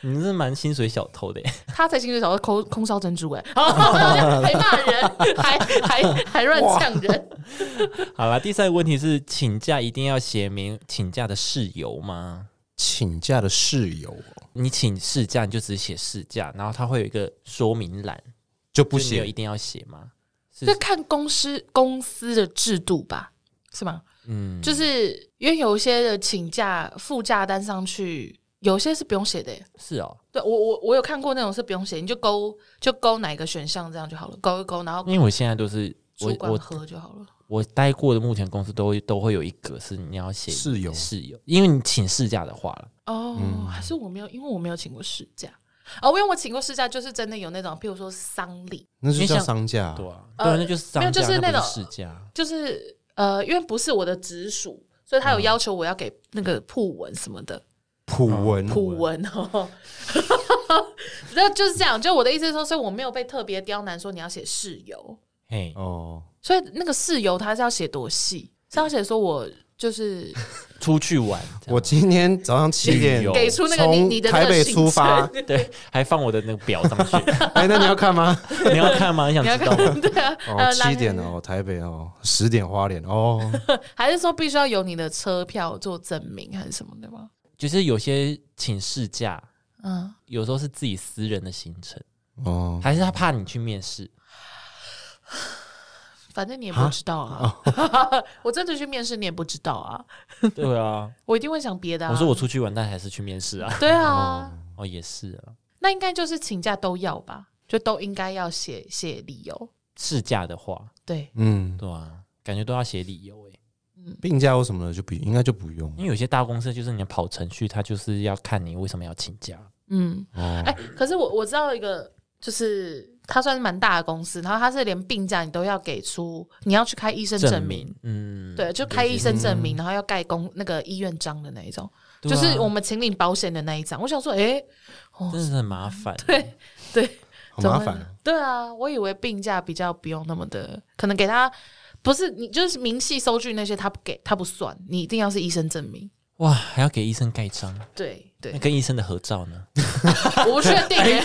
Speaker 2: 你是蛮薪水小偷的耶。
Speaker 1: 他才薪水少到空空烧珍珠哎、好 还骂人，还还还乱呛人。
Speaker 2: 好啦，第三个问题是，请假一定要写明请假的事由吗？
Speaker 3: 请假的室友哦
Speaker 2: 你请事假，你就只写事假，然后它会有一个说明栏，
Speaker 3: 就不
Speaker 2: 就你有
Speaker 3: 写
Speaker 2: 一定要写吗？是
Speaker 1: 就看公司公司的制度吧，是吗？
Speaker 2: 嗯，
Speaker 1: 就是因为有一些的请假副假单上去，有些是不用写的、欸。
Speaker 2: 是哦，
Speaker 1: 对我我我有看过那种是不用写，你就勾就勾哪一个选项这样就好了，勾一勾，然后
Speaker 2: 因为我现在都是我
Speaker 1: 主管
Speaker 2: 我
Speaker 1: 喝就好了。
Speaker 2: 我待过的目前公司都会都会有一格是你要写
Speaker 3: 室友
Speaker 2: 室友，因为你请事假的话了，
Speaker 1: 哦，还是我没有，因为我没有请过事假。哦，因为我请过事假，就是真的有那种，譬如说丧礼，
Speaker 3: 那就
Speaker 2: 因为
Speaker 3: 叫
Speaker 2: 像
Speaker 3: 商假啊，
Speaker 2: 对啊，
Speaker 1: 呃
Speaker 2: 对啊，那就是丧
Speaker 1: 没有
Speaker 2: 假，
Speaker 1: 就是
Speaker 2: 那
Speaker 1: 那
Speaker 2: 不
Speaker 1: 种
Speaker 2: 是事假，
Speaker 1: 就是呃，因为不是我的直属，所以他有要求我要给那个普文什么的，
Speaker 3: 普文
Speaker 1: 普文哦，那 就是这样。就我的意思是说，所以我没有被特别刁难，说你要写室友。
Speaker 2: 嘿，
Speaker 3: 哦，
Speaker 1: 所以那个室友他是要写多细，是要写说我就是
Speaker 2: 出去玩，这样
Speaker 3: 我今天早上七点
Speaker 2: 旅游
Speaker 1: 给出那个你
Speaker 3: 从
Speaker 1: 你的那个
Speaker 3: 台北
Speaker 1: 行程
Speaker 3: 出发，
Speaker 2: 对，还放我的那个表上去，
Speaker 3: 哎，那你要看吗？
Speaker 2: 你要看吗？你想
Speaker 1: 你要
Speaker 2: 知道吗？
Speaker 1: 看 对啊，
Speaker 3: 哦，
Speaker 1: 呃
Speaker 3: 七点，哦，台北哦，十点花莲哦，
Speaker 1: 还是说必须要有你的车票做证明还是什么的吗？
Speaker 2: 就是有些请事假，
Speaker 1: 嗯，
Speaker 2: 有时候是自己私人的行程，
Speaker 3: 哦，
Speaker 2: 还是他怕你去面 试？
Speaker 1: 反正你也不知道啊。
Speaker 2: 哦
Speaker 1: 我真的去面试，你也不知道啊。
Speaker 2: 对啊，
Speaker 1: 我一定会想别的、啊。
Speaker 2: 我说我出去玩，但还哦是去面试啊。
Speaker 1: 对啊，
Speaker 2: 哦，也是啊，
Speaker 1: 那应该就是请假都要吧，就都应该要写写理由。
Speaker 2: 事假的话，
Speaker 1: 对，
Speaker 3: 嗯，
Speaker 2: 对啊，感觉都要写理由诶、欸
Speaker 3: 病假或什么的就不应该就不用
Speaker 2: 因为有些大公司就是你要跑程序，他就是要看你为什么要请假。
Speaker 1: 嗯，
Speaker 3: 哦
Speaker 1: 哎、，可是我我知道一个，就是它算是蛮大的公司，然后它是连病假你都要给出，你要去开医生证明。
Speaker 2: 明，嗯，
Speaker 1: 对，就开医生证明，然后要盖公那个医院章的那一种，
Speaker 2: 对
Speaker 1: 就
Speaker 2: 啊
Speaker 1: 是我们请领保险的那一张。我想说，哎、
Speaker 2: 真的是很麻烦。
Speaker 1: 对对，
Speaker 3: 好
Speaker 1: 怎么
Speaker 3: 麻烦哦。
Speaker 1: 对啊，我以为病假比较不用那么的，可能给他不是你就是明细收据那些他不给他不算，你一定要是医生证明。
Speaker 2: 哇，还要给医生盖章，
Speaker 1: 对
Speaker 2: 那
Speaker 1: 对，
Speaker 2: 跟医生的合照呢？
Speaker 1: 我不确 定欸耶、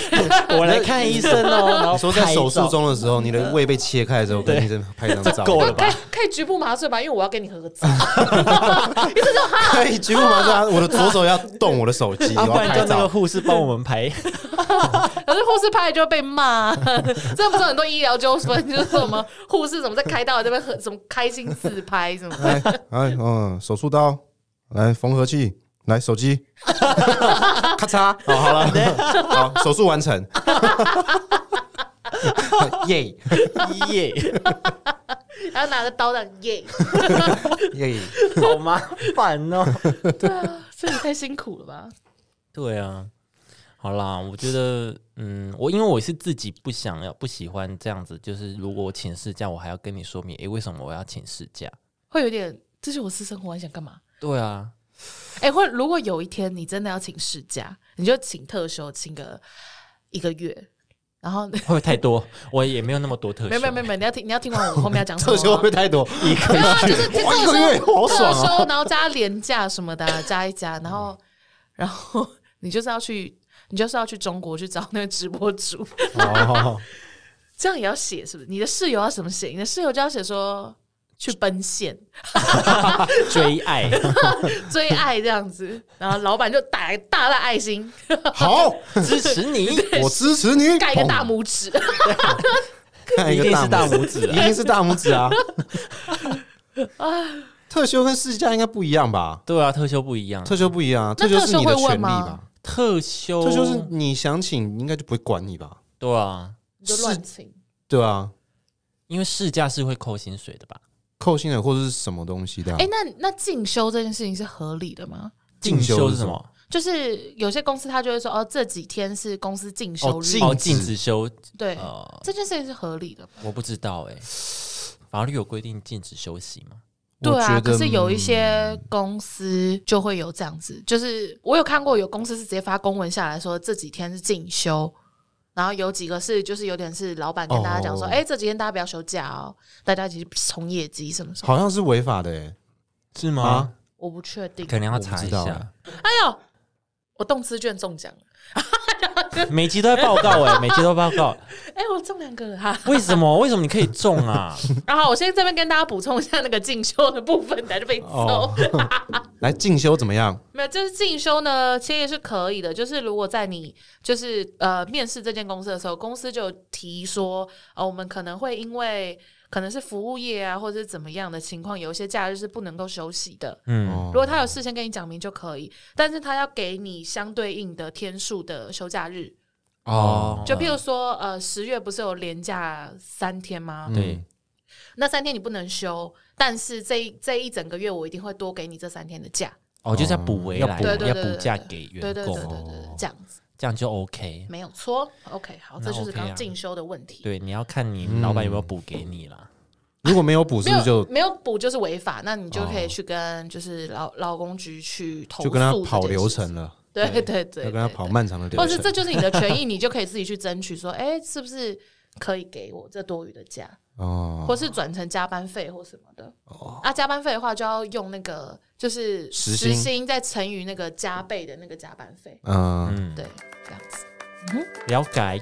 Speaker 2: 我来看医生 哦。然后
Speaker 3: 你说在
Speaker 2: 拍
Speaker 3: 手术
Speaker 2: 照，
Speaker 3: 中的时候，你的胃被切开的时候，跟医生拍一张照，
Speaker 2: 够了吧
Speaker 1: 可以可以局部麻醉吧，因为我要跟你合个照。
Speaker 3: 可以局部麻醉啊，我的左手要动我的手机，
Speaker 2: 啊，
Speaker 3: 我要
Speaker 2: 不然叫
Speaker 3: 拍
Speaker 2: 那个
Speaker 3: 照。
Speaker 2: 护士帮我们 排。
Speaker 1: 可是护士拍了就会被骂， 这不是很多医疗纠纷，就是什么护士怎么在开刀的这边很什么开心自拍什么的。
Speaker 3: 哎哎嗯，手术刀，来缝合器，来手 机，咔嚓，哦好了，好，手术完成， 耶
Speaker 2: 耶，
Speaker 1: 然后拿着刀的耶，
Speaker 3: 耶，
Speaker 2: 好麻烦哦。
Speaker 1: 这也太辛苦了吧？
Speaker 2: 对啊，好啦，我觉得，嗯，我因为我是自己不想要、不喜欢这样子，就是如果我请事假，我还要跟你说明，诶，为什么我要请事假？
Speaker 1: 会有点，这是我私生活，你想干嘛？
Speaker 2: 对啊，
Speaker 1: 哎、或如果有一天你真的要请事假，你就请特休，请个一个月，然后没
Speaker 2: 会不会太多？我也没有那么多特
Speaker 1: 有没有
Speaker 2: 休
Speaker 1: 没有，没有你要听你要听完我后面要讲什么
Speaker 3: 特
Speaker 1: 吗？
Speaker 3: 休会不会太多，一个
Speaker 1: 没有啊， 就是听
Speaker 3: 哇一
Speaker 1: 特
Speaker 3: 个
Speaker 1: 休
Speaker 3: 月好爽
Speaker 1: 特
Speaker 3: 啊！
Speaker 1: 休，然后加廉价什么的啊、加一加，然后然后你就是要去，你就是要去中国去找那个直播主，
Speaker 3: 哦，
Speaker 1: 这样也要写是不是？你的室友要怎么写？你的室友就要写说去奔现
Speaker 2: 追爱，
Speaker 1: 追爱这样子，然后老板就打大大爱心，
Speaker 3: 好，
Speaker 2: 支持 你，
Speaker 3: 我支持你，
Speaker 1: 盖一个大
Speaker 3: 啊
Speaker 1: 拇指。
Speaker 3: 看一
Speaker 2: 一
Speaker 3: 个
Speaker 2: 定是大
Speaker 3: 大
Speaker 2: 拇
Speaker 3: 拇
Speaker 2: 指
Speaker 3: 指，
Speaker 2: 啊
Speaker 3: 一定是大拇指 啊！特休跟事假应该不一样吧？
Speaker 2: 对啊，特休不一样，
Speaker 3: 特休不一样啊，
Speaker 1: 那
Speaker 3: 特休是你
Speaker 1: 特
Speaker 3: 的
Speaker 1: 休会
Speaker 3: 权
Speaker 1: 问
Speaker 3: 利
Speaker 1: 吗
Speaker 3: 吧？
Speaker 2: 特休，
Speaker 3: 特休是你想请，应该就不会管你吧？
Speaker 2: 对啊，
Speaker 1: 你就乱请。
Speaker 3: 对啊，
Speaker 2: 因为事假是会扣薪水的吧？
Speaker 3: 扣薪的或者是什么东西的啊
Speaker 1: 哎、？那那进修这件事情是合理的吗？
Speaker 2: 进
Speaker 3: 进
Speaker 2: 修
Speaker 3: 修
Speaker 2: 是
Speaker 3: 是
Speaker 2: 什
Speaker 3: 什
Speaker 2: 么
Speaker 3: 么？
Speaker 1: 就是有些公司他就会说，哦，这几天是公司进修
Speaker 3: 哦
Speaker 1: 日，
Speaker 3: 进哦
Speaker 2: 哦，禁止休，
Speaker 1: 对，
Speaker 2: 呃，
Speaker 1: 这件事情是合理的吗。
Speaker 2: 我不知道哎、法律有规定禁止休息吗？
Speaker 1: 对
Speaker 3: 我
Speaker 1: 啊，
Speaker 3: 觉得嗯
Speaker 1: 可是有一些公司就会有这样子，就是我有看过有公司是直接发公文下来说这几天是进修，然后有几个是就是有点是老板跟大家讲说，
Speaker 3: 哦
Speaker 1: 哎、这几天大家不要休假哦，大家一起去冲业绩什么什么，
Speaker 3: 好像是违法的欸，
Speaker 2: 是
Speaker 3: 啊
Speaker 2: 吗？
Speaker 1: 我不确定。
Speaker 2: 可能要
Speaker 3: 我不
Speaker 2: 查一
Speaker 3: 知道
Speaker 2: 下。
Speaker 1: 哎呦，我动资券中奖了，
Speaker 2: 每集都在报告 哎、每集都报告，
Speaker 1: 哎、我中两个了哈。
Speaker 2: 为什么？为什么你可以中啊？
Speaker 1: 然后我先这边跟大家补充一下那个进修的部分，大家就被揍。
Speaker 3: 哦 来进修怎么样？
Speaker 1: 没有，就是进修呢，其实也是可以的。就是如果在你就是呃面试这间公司的时候，公司就有提说，呃，我们可能会因为可能是服务业啊，或者是怎么样的情况，有一些假日是不能够休息的。
Speaker 2: 嗯，
Speaker 1: 如
Speaker 3: 哦，
Speaker 1: 果他有事先跟你讲明就可以，但是他要给你相对应的天数的休假日。
Speaker 2: 哦，
Speaker 1: 就譬如说，呃，十月不是有连假三天吗？
Speaker 3: 嗯
Speaker 2: 对，
Speaker 1: 那三天你不能休，但是这一这一整个月我一定会多给你这三天的假。
Speaker 2: 哦，就是要补回
Speaker 3: 要
Speaker 2: 来，
Speaker 3: 补
Speaker 1: 对对
Speaker 2: 要
Speaker 1: 对对
Speaker 2: 补假给
Speaker 1: 对
Speaker 2: 员
Speaker 1: 对对对
Speaker 3: 哦
Speaker 2: 工，
Speaker 1: 对，这样子。
Speaker 2: 这样就 OK。
Speaker 1: 没有错，OK，好，
Speaker 2: 那
Speaker 1: 这就是
Speaker 2: OK 啊
Speaker 1: 刚刚进修的问题。
Speaker 2: 对，你要看你老板有没有补给你啦。
Speaker 3: 如果没有补，是
Speaker 1: 没
Speaker 3: 不是
Speaker 1: 有
Speaker 3: 就
Speaker 1: 没有补就是违法，那你就可以
Speaker 3: 哦
Speaker 1: 去跟就是劳劳工局去投诉，
Speaker 3: 就跟他跑流程。了？
Speaker 1: 对对对对，
Speaker 3: 要跟他跑漫长的流
Speaker 1: 或
Speaker 3: 程
Speaker 1: 是。这就是你的权益，你就可以自己去争取说，哎，是不是可以给我这多余的假，
Speaker 3: 哦，
Speaker 1: 或是转成加班费或什么的。哦，啊，加班费的话就要用那个就是
Speaker 3: 时
Speaker 1: 时
Speaker 3: 薪
Speaker 1: 薪再乘以那个加倍的那个加班费，
Speaker 3: 嗯，
Speaker 2: 嗯，
Speaker 1: 对，这样子。
Speaker 2: 了解。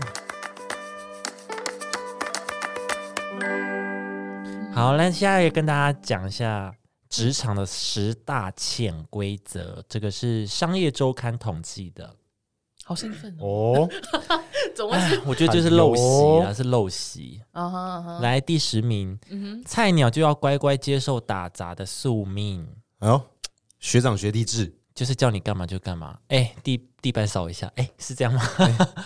Speaker 2: 好，那现在也跟大家讲一下职场的十大潜规则，这个是商业周刊统计的
Speaker 1: 好兴奋哦！
Speaker 3: 哦，
Speaker 1: 总会是
Speaker 2: 我觉得就是陋习啊，是陋习。
Speaker 1: 啊哈啊哈，
Speaker 2: 来第十名，
Speaker 1: 嗯
Speaker 2: 菜鸟就要乖乖接受打杂的宿命，
Speaker 3: 哎呦，学长学弟制，
Speaker 2: 就是叫你干嘛就干嘛。哎、地地板扫一下，哎、是这样吗？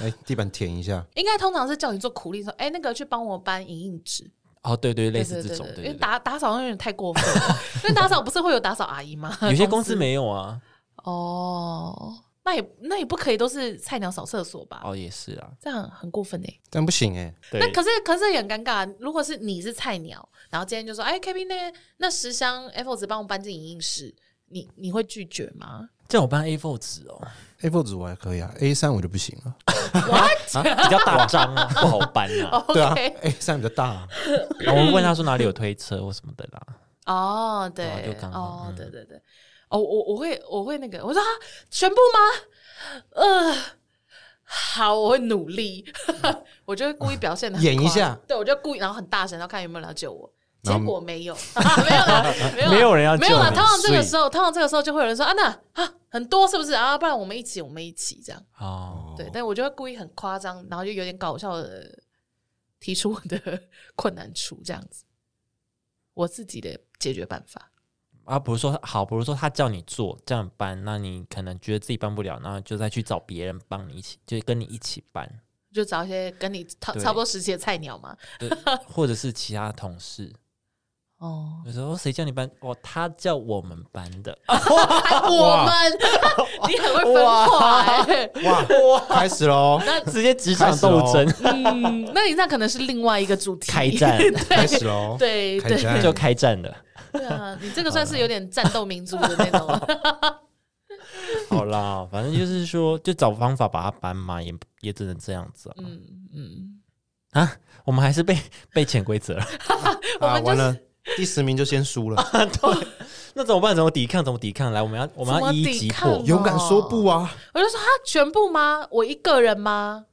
Speaker 3: 哎，地板舔一下，
Speaker 1: 应该通常是叫你做苦力，说哎，那个去帮我搬影印纸，
Speaker 2: 哦，对对，类
Speaker 1: 对
Speaker 2: 似
Speaker 1: 对
Speaker 2: 这
Speaker 1: 对
Speaker 2: 种，
Speaker 1: 对
Speaker 2: 对
Speaker 1: 因为
Speaker 2: 对对。
Speaker 1: 打打扫好像有点太过分 了，因为打扫不是会有打扫阿姨吗？
Speaker 2: 有些公司没有啊，
Speaker 1: 哦，那也那也不可以都是菜鸟扫厕所吧？
Speaker 2: 哦，也是啊，
Speaker 1: 这样很过分哎、
Speaker 3: 这样不行哎，
Speaker 2: 对
Speaker 1: 那可是可是也很尴尬，如果是你是菜鸟，然后今天就说，哎，K B 那那十箱 Apple 纸帮我搬进影印室，你你会拒绝吗？
Speaker 2: 叫我搬 A4 纸哦，
Speaker 3: A four 纸我还可以啊，A 三我就不行了。
Speaker 2: 比较大张 啊，不好搬
Speaker 1: 哦
Speaker 2: 啊。
Speaker 3: 对啊
Speaker 1: OK
Speaker 3: ，A 三比较大啊。
Speaker 2: 然后我会问他说哪里有推车或什么的啦。
Speaker 1: 哦，对
Speaker 2: 啊就，刚好
Speaker 1: 哦
Speaker 2: 嗯，
Speaker 1: 对对对，哦，我我会我会那个，我说啊，全部吗？呃，好，我会努力，
Speaker 2: 嗯
Speaker 1: 我就会故意表现的
Speaker 3: 演一下，
Speaker 1: 对我就故意，然后很大声，然后看有没有人来救我。
Speaker 3: 然
Speaker 1: 结
Speaker 3: 后
Speaker 1: 果没有， 没有啦，没有啦，
Speaker 2: 没有人要救
Speaker 1: 没有啦。
Speaker 2: 你
Speaker 1: 通常这
Speaker 3: 所以
Speaker 1: 个时候，通常这个时候就会有人说：“啊，那啊，很多是不是？啊，不然我们一起，我们一起这样。
Speaker 2: 哦，
Speaker 1: 对，但我就会故意很夸张，然后就有点搞笑的 提出我的 困难处，这样子，我自己的解决办法。
Speaker 2: 啊，比如说好，比如说他叫你做这样搬，那你可能觉得自己搬不了，然后就再去找别人帮你一起，就跟你一起 搬，
Speaker 1: 就找一些跟你差
Speaker 2: 对
Speaker 1: 差不多时期的菜鸟嘛。
Speaker 2: 对，或者是其他同事，
Speaker 1: 哦，
Speaker 2: 有时候谁叫你搬？哦，他叫我们搬的。
Speaker 1: 我们， 你很会分化、 欸。
Speaker 3: 哇，开始喽！
Speaker 2: 直接职场斗争
Speaker 1: 嗯，那你那可能是另外一个主题。
Speaker 2: 开 战
Speaker 3: 开始喽！
Speaker 1: 对
Speaker 3: 开
Speaker 1: 对
Speaker 3: 战
Speaker 2: 就开战了。
Speaker 1: 对啊，你这个算是有点战斗民族的那 种。
Speaker 2: 好啦，反正就是说，就找方法把它搬嘛，也也只能这样子啊。
Speaker 1: 嗯嗯，
Speaker 2: 啊我们还是被被潜规则了，
Speaker 1: 我
Speaker 3: 啊，
Speaker 1: 们就是哦
Speaker 3: 完了，第十名就先输 了，
Speaker 2: 那怎么办？怎么抵抗？怎么抵抗？来，我们要我们
Speaker 1: 怎
Speaker 2: 要
Speaker 1: 么
Speaker 2: 一一
Speaker 1: 抵
Speaker 2: 击
Speaker 1: 抗
Speaker 2: 破。
Speaker 3: 勇敢说不啊！
Speaker 1: 我就说哈，全部吗？我一个人吗？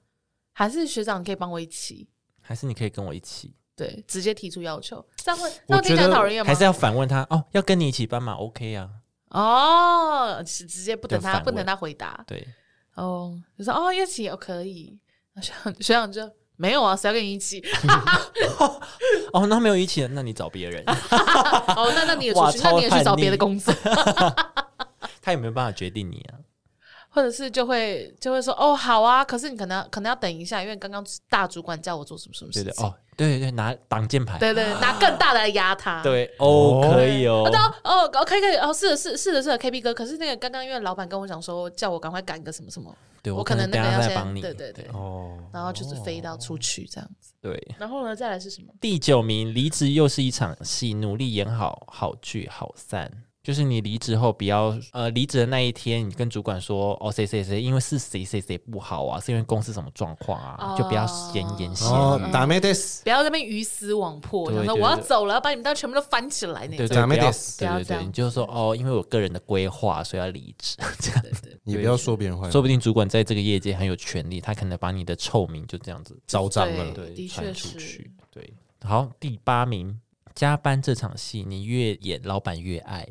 Speaker 1: 还是学长可以帮我一起？
Speaker 2: 还是你可以跟我一起，
Speaker 1: 对，直接提出要求，这样会
Speaker 3: 我
Speaker 1: 这样听起
Speaker 3: 觉
Speaker 1: 来
Speaker 3: 得
Speaker 1: 讨人厌吗
Speaker 2: 还？是要反问他哦？要跟你一起搬嘛？OK 啊，
Speaker 1: 哦，是直接不等
Speaker 2: 就
Speaker 1: 他
Speaker 2: 反
Speaker 1: 不
Speaker 2: 问
Speaker 1: 等他回答。
Speaker 2: 对，
Speaker 1: 哦，就说哦一起哦可以，那学长学长就没有啊，谁要跟你一起？
Speaker 2: 哦，那没有一起，那你找 别人，
Speaker 1: 哦，那那你也出
Speaker 2: 哇
Speaker 1: 去，那你也
Speaker 2: 超
Speaker 1: 去找
Speaker 2: 叛逆
Speaker 1: 别的工作，
Speaker 2: 他也没有办法决定你啊。
Speaker 1: 或者是就会就会说哦好啊，可是你可能可能要等一下，因为刚刚大主管叫我做什么什么
Speaker 2: 对
Speaker 1: 事
Speaker 2: 对，
Speaker 1: 情，
Speaker 2: 哦，对对，拿挡箭牌，
Speaker 1: 对对，拿更大的来压他，
Speaker 2: 对，哦，
Speaker 3: 哦
Speaker 2: 可以哦
Speaker 1: 哦。对啊哦哦可以可以哦，是的是是的是的 KB 哥，可是那个刚刚因为老板跟我讲说叫我赶快赶个什么什么，
Speaker 2: 对
Speaker 1: 我
Speaker 2: 可
Speaker 1: 可
Speaker 2: 能
Speaker 1: 能
Speaker 2: 等
Speaker 1: 那个
Speaker 2: 下
Speaker 1: 要
Speaker 2: 再
Speaker 1: 先
Speaker 2: 帮你。
Speaker 1: 对对对
Speaker 3: 哦，
Speaker 1: 然后就是飞到出去这样子，
Speaker 2: 对。
Speaker 1: 然后呢再来是什么？
Speaker 2: 第九名，离职又是一场戏，努力演好好聚好散。就是你离职后，不要呃，离职的那一天，你跟主管说哦，谁谁谁，因为是谁谁谁不好啊，是因为公司什么状况啊，
Speaker 1: 哦
Speaker 2: 就不要闲言闲
Speaker 3: 哦
Speaker 2: 语，，
Speaker 3: 打没得死，
Speaker 1: 不要在那边鱼死网破，
Speaker 2: 对
Speaker 1: 想说
Speaker 2: 对
Speaker 1: 我要
Speaker 2: 对
Speaker 1: 走了，要把你们当全部都翻起来那
Speaker 2: 对
Speaker 1: 种。
Speaker 2: 对，
Speaker 3: 咱
Speaker 2: 不
Speaker 3: 们
Speaker 2: 要
Speaker 3: 得
Speaker 1: 不要
Speaker 2: 对对
Speaker 1: 这
Speaker 2: 对，
Speaker 1: 样
Speaker 2: 你就说哦，因为我个人的规划，所以要离职，这样。
Speaker 3: 你不要说别人坏话，
Speaker 2: 说不定主管在这个业界很有权利，他可能把你的臭名就这样子
Speaker 3: 招脏了。
Speaker 1: 对
Speaker 2: 对
Speaker 1: 的
Speaker 2: 传
Speaker 1: 确是
Speaker 2: 出去。对，好，第八名，加班这场戏，你越演，老板越爱。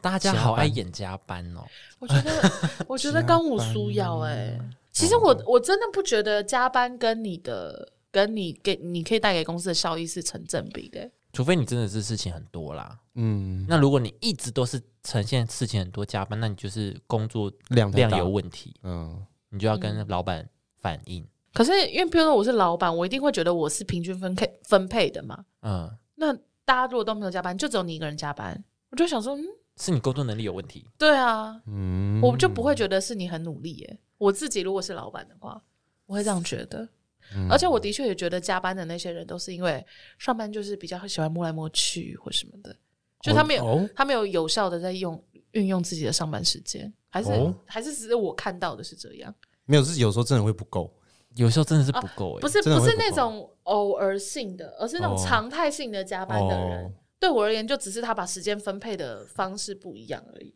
Speaker 2: 大家好爱演加班哦，
Speaker 1: 我觉 得，我觉得跟武苏要哎、其实我我真的不觉得加班跟你的跟你给你可以带给公司的效益是成正比的、
Speaker 2: 除非你真的是事情很多啦。
Speaker 3: 嗯，
Speaker 2: 那如果你一直都是呈现事情很多加班，那你就是工作
Speaker 3: 量太
Speaker 2: 量
Speaker 3: 大
Speaker 2: 有问题，
Speaker 3: 嗯，
Speaker 2: 你就要跟老板反映。
Speaker 1: 可是因为比如说我是老板，我一定会觉得我是平均分配分配的嘛。
Speaker 2: 嗯，
Speaker 1: 那大家如果都没有加班，就只有你一个人加班，我就想说，嗯，
Speaker 2: 是你工作能力有问题。
Speaker 1: 对啊，
Speaker 3: 嗯
Speaker 1: 我就不会觉得是你很努力耶、我自己如果是老板的话，我会这样觉得。
Speaker 3: 嗯
Speaker 1: 而且我的确也觉得加班的那些人都是因为上班就是比较喜欢摸来摸去或什么的，就他们有、
Speaker 3: 哦
Speaker 1: 他们有有效的在用运用自己的上班时间。还是、
Speaker 3: 哦
Speaker 1: 还是只是我看到的是这样，
Speaker 3: 没有，自己有时候真的会不够。
Speaker 2: 有时候真的是不够
Speaker 1: 哦
Speaker 2: 哎、
Speaker 1: 不是
Speaker 3: 真的
Speaker 1: 不
Speaker 3: 会
Speaker 1: 是
Speaker 3: 不
Speaker 1: 那
Speaker 3: 够
Speaker 1: 种偶尔性的，而是那种
Speaker 3: 哦
Speaker 1: 常态性的加班的人。
Speaker 3: 哦
Speaker 1: 对我而言，就只是他把时间分配的方式不一样而已。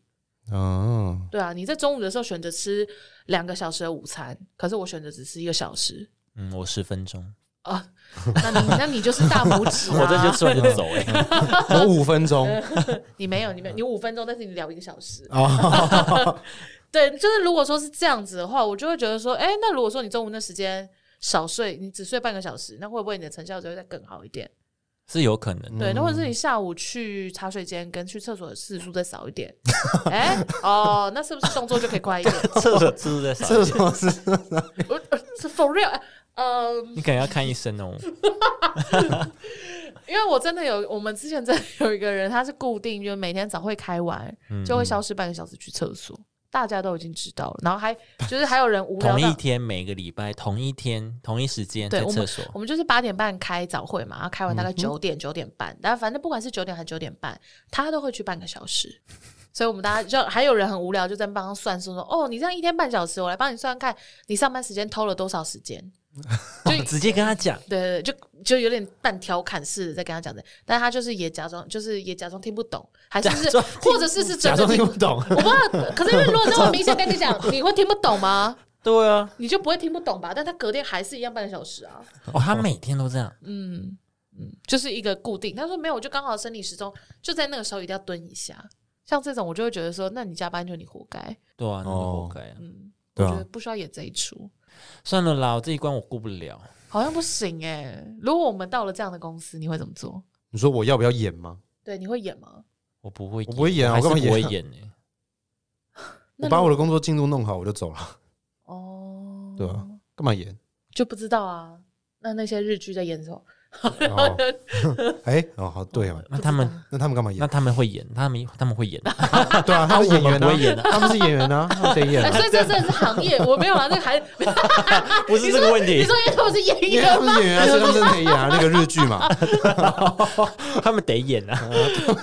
Speaker 3: 嗯，
Speaker 1: 对啊，你在中午的时候选择吃两个小时的午餐，可是我选择只吃一个小时
Speaker 2: 嗯，我十分钟，
Speaker 1: 啊，那你那你就是大拇指啊！
Speaker 2: 我这就吃完就走哎、
Speaker 3: 我哦五 分钟
Speaker 1: 你没有，你没有，你五分钟，但是你聊一个小时。
Speaker 3: 啊，
Speaker 2: 哦
Speaker 1: 对，就是如果说是这样子的话，我就会觉得说，哎、那如果说你中午那时间少睡，你只睡半个小时，那会不会你的成效就会再更好一点？
Speaker 2: 是有可能的。
Speaker 1: 对，那或者是你下午去茶水间跟去厕所的次数再少一点，哎、哦，那是不是动作就可以快一点？
Speaker 2: 厕所次数在少，
Speaker 3: 这什么事？
Speaker 1: 我我是 for real，哎嗯，
Speaker 2: 你可能要看医生哦。
Speaker 1: 因为我真的有，我们之前真的有一个人，他是固定，就是每天早会开完，
Speaker 2: 嗯
Speaker 1: 就会消失半个小时去厕所，大家都已经知道了，然后还就是还有人无聊
Speaker 2: 同一
Speaker 1: 到。
Speaker 2: 天，每个礼拜同一天同一时间
Speaker 1: 对
Speaker 2: 在
Speaker 1: 我
Speaker 2: 厕
Speaker 1: 们
Speaker 2: 所，
Speaker 1: 我们就是八点半开早会嘛，然后开
Speaker 2: 嗯
Speaker 1: 完大概九点九、点半，但反正不管是九点还是九点半，他都会去半个小时。所以我们大家就还有人很无聊，就在帮他算说说哦，你这样一天半小时，我来帮你算看你上班时间偷了多少时间。就
Speaker 2: 哦直接跟他讲，
Speaker 1: 对对，对就就有点半调侃似的在跟他讲的，但他就是也假装，就是也假装听不懂，还是是，或者是是真
Speaker 3: 假
Speaker 1: 的
Speaker 3: 装听
Speaker 1: 听
Speaker 3: 不。懂。
Speaker 1: 我不知道，可是因为如果那么明显跟你讲，你会听不懂吗？
Speaker 2: 对啊，
Speaker 1: 你就不会听不懂吧？但他隔天还是一样半个小时啊，
Speaker 2: 哦，他每天都这样，
Speaker 1: 嗯嗯，就是一个固定。他说没有，我就刚好生理时钟就在那个时候一定要蹲一下。像这种我就会觉得说，那你加班就你活该，
Speaker 2: 对啊，那就
Speaker 3: 哦
Speaker 2: 活该啊。
Speaker 1: 嗯，
Speaker 3: 对
Speaker 1: 我
Speaker 3: 啊
Speaker 1: 觉得不需要演这一出，
Speaker 2: 算了啦，我这一关我过不了。
Speaker 1: 好像不行哎、如果我们到了这样的公司，你会怎么做？
Speaker 3: 你说我要不要演吗？
Speaker 1: 对，你会演吗？
Speaker 2: 我不会，
Speaker 3: 我不会演啊
Speaker 2: 还是
Speaker 3: 我干嘛
Speaker 2: 不会
Speaker 3: 演啊
Speaker 2: 演呢？
Speaker 1: 那
Speaker 3: 我把
Speaker 1: 如
Speaker 3: 我的工作进度弄好，我就走了，
Speaker 1: 哦，
Speaker 3: 对啊干 嘛演？
Speaker 1: 就不知道啊。那那些日剧在演什 么？
Speaker 3: 哦， 哎，哦，好，对哦，
Speaker 2: 那他们
Speaker 3: 那他们干嘛
Speaker 2: 那
Speaker 3: 演？
Speaker 2: 他们会演，他们他 们会演，
Speaker 3: 对啊，他们是演员
Speaker 2: 我们不会演
Speaker 3: 啊，他们是演员啊，他们得 演
Speaker 1: 哎、
Speaker 3: 啊。
Speaker 1: 所以这真的是行业，我没有啊，那个 还你
Speaker 2: 不是这个问题，
Speaker 1: 说因为我是演
Speaker 3: 因为
Speaker 1: 员
Speaker 3: 他们
Speaker 1: 吗？
Speaker 3: 是演员啊，所以他们真的得演啊。那个日 剧嘛，
Speaker 2: 他们得演啊。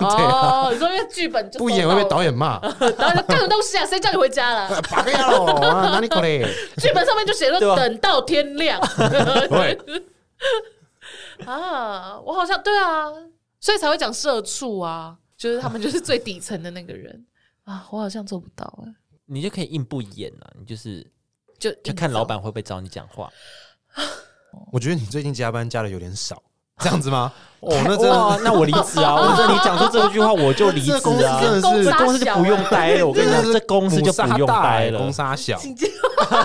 Speaker 1: 哦，你说因为剧本就
Speaker 3: 不演会被导
Speaker 1: 演，
Speaker 3: 演骂，呃
Speaker 1: 然后就干什么东西啊？谁叫你回家了？
Speaker 3: 八个呀喽，啊哪里搞嘞？
Speaker 1: 剧本上面就写了
Speaker 2: 对啊
Speaker 1: 等到天 亮。
Speaker 3: 对
Speaker 1: 啊，我好像对啊，所以才会讲社畜啊，就是他们就是最底层的那个人啊，我好像做不到哎、
Speaker 2: 你就可以硬不演啊，你就是
Speaker 1: 就
Speaker 2: 就
Speaker 1: 硬
Speaker 2: 看老
Speaker 1: 走
Speaker 2: 板会不会找你讲话。
Speaker 3: 我觉得你最近加班加的有点少，这样子 吗？哦，那真
Speaker 2: 哇
Speaker 3: 的，
Speaker 2: 那我离职啊！我说你讲出这句话，我就离职
Speaker 3: 这公司
Speaker 2: 啊！
Speaker 3: 真的
Speaker 1: 公
Speaker 3: 是
Speaker 1: 司啊
Speaker 2: 这公司就不
Speaker 1: 哎
Speaker 2: 用待了，我跟你讲，
Speaker 3: 真的
Speaker 2: 这公司就不用待了
Speaker 3: 欸公。杀小，
Speaker 1: 请接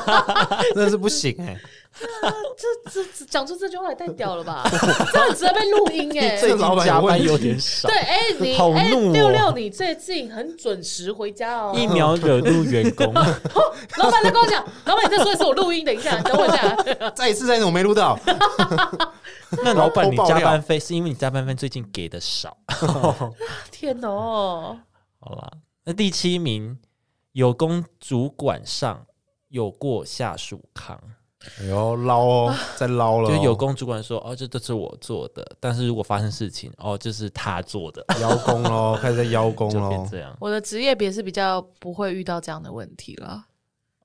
Speaker 3: 真的是不行哎。
Speaker 1: 这这这讲出这句话也太屌了吧！ 这样值得被录音哎、
Speaker 3: 这
Speaker 2: 最
Speaker 3: 个老
Speaker 2: 近
Speaker 3: 板
Speaker 2: 加
Speaker 3: 有问
Speaker 2: 班
Speaker 3: 题
Speaker 2: 有点少
Speaker 1: 对，，哎、你
Speaker 2: 好
Speaker 1: 哎
Speaker 2: 怒哦
Speaker 1: 六六，你最近很准时回家哦。
Speaker 2: 一秒惹怒员工，
Speaker 3: 啊
Speaker 1: 老板在跟我讲， 老板你再说一次，我录音，等一下，你等我一 下。
Speaker 3: 再一次，再一次，我没录到。
Speaker 2: 那老板你
Speaker 3: 偷爆料
Speaker 2: 加班费是因为你加班费最近给的少。
Speaker 1: 天哦，
Speaker 2: 好啦，那第七名有供主管上有过下属扛，
Speaker 3: 哎呦，捞哦，再捞了哦，
Speaker 2: 就是有供主管说哦，这都是我做的，但是如果发生事情哦，这是他做的，
Speaker 3: 邀功喽，开始在邀功哦
Speaker 2: 就变
Speaker 3: 喽。
Speaker 2: 这样。
Speaker 1: 我的职业别是比较不会遇到这样的问题了。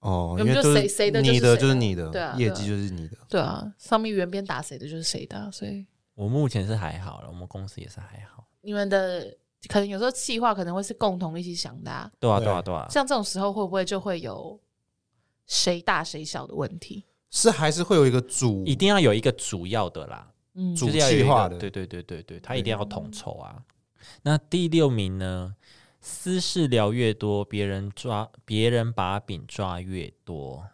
Speaker 3: 哦，
Speaker 1: 我
Speaker 3: 因
Speaker 1: 们
Speaker 3: 为
Speaker 1: 就
Speaker 3: 都
Speaker 1: 谁谁的就是
Speaker 3: 你
Speaker 1: 谁的
Speaker 3: 的就是你的，
Speaker 1: 对啊
Speaker 3: 业
Speaker 1: 对啊
Speaker 3: 绩就是你的。
Speaker 1: 对啊，上面原边打谁的就是谁的啊、所以
Speaker 2: 我目前是还好了，我们公司也是还好。
Speaker 1: 你们的可能有时候计划可能会是共同一起想的、啊，
Speaker 2: 对啊，
Speaker 3: 对
Speaker 2: 对啊，对啊，
Speaker 1: 像这种时候会不会就会有谁大谁小的问题？
Speaker 3: 是还是会有一个主
Speaker 2: 一定要有一个主要的啦，
Speaker 1: 嗯，
Speaker 3: 主
Speaker 2: 就是要有一
Speaker 3: 计
Speaker 2: 个
Speaker 3: 划的
Speaker 2: 对对对对对，他一定要统筹啊。那第六名呢？私事聊越多，别人抓别人把柄抓越多。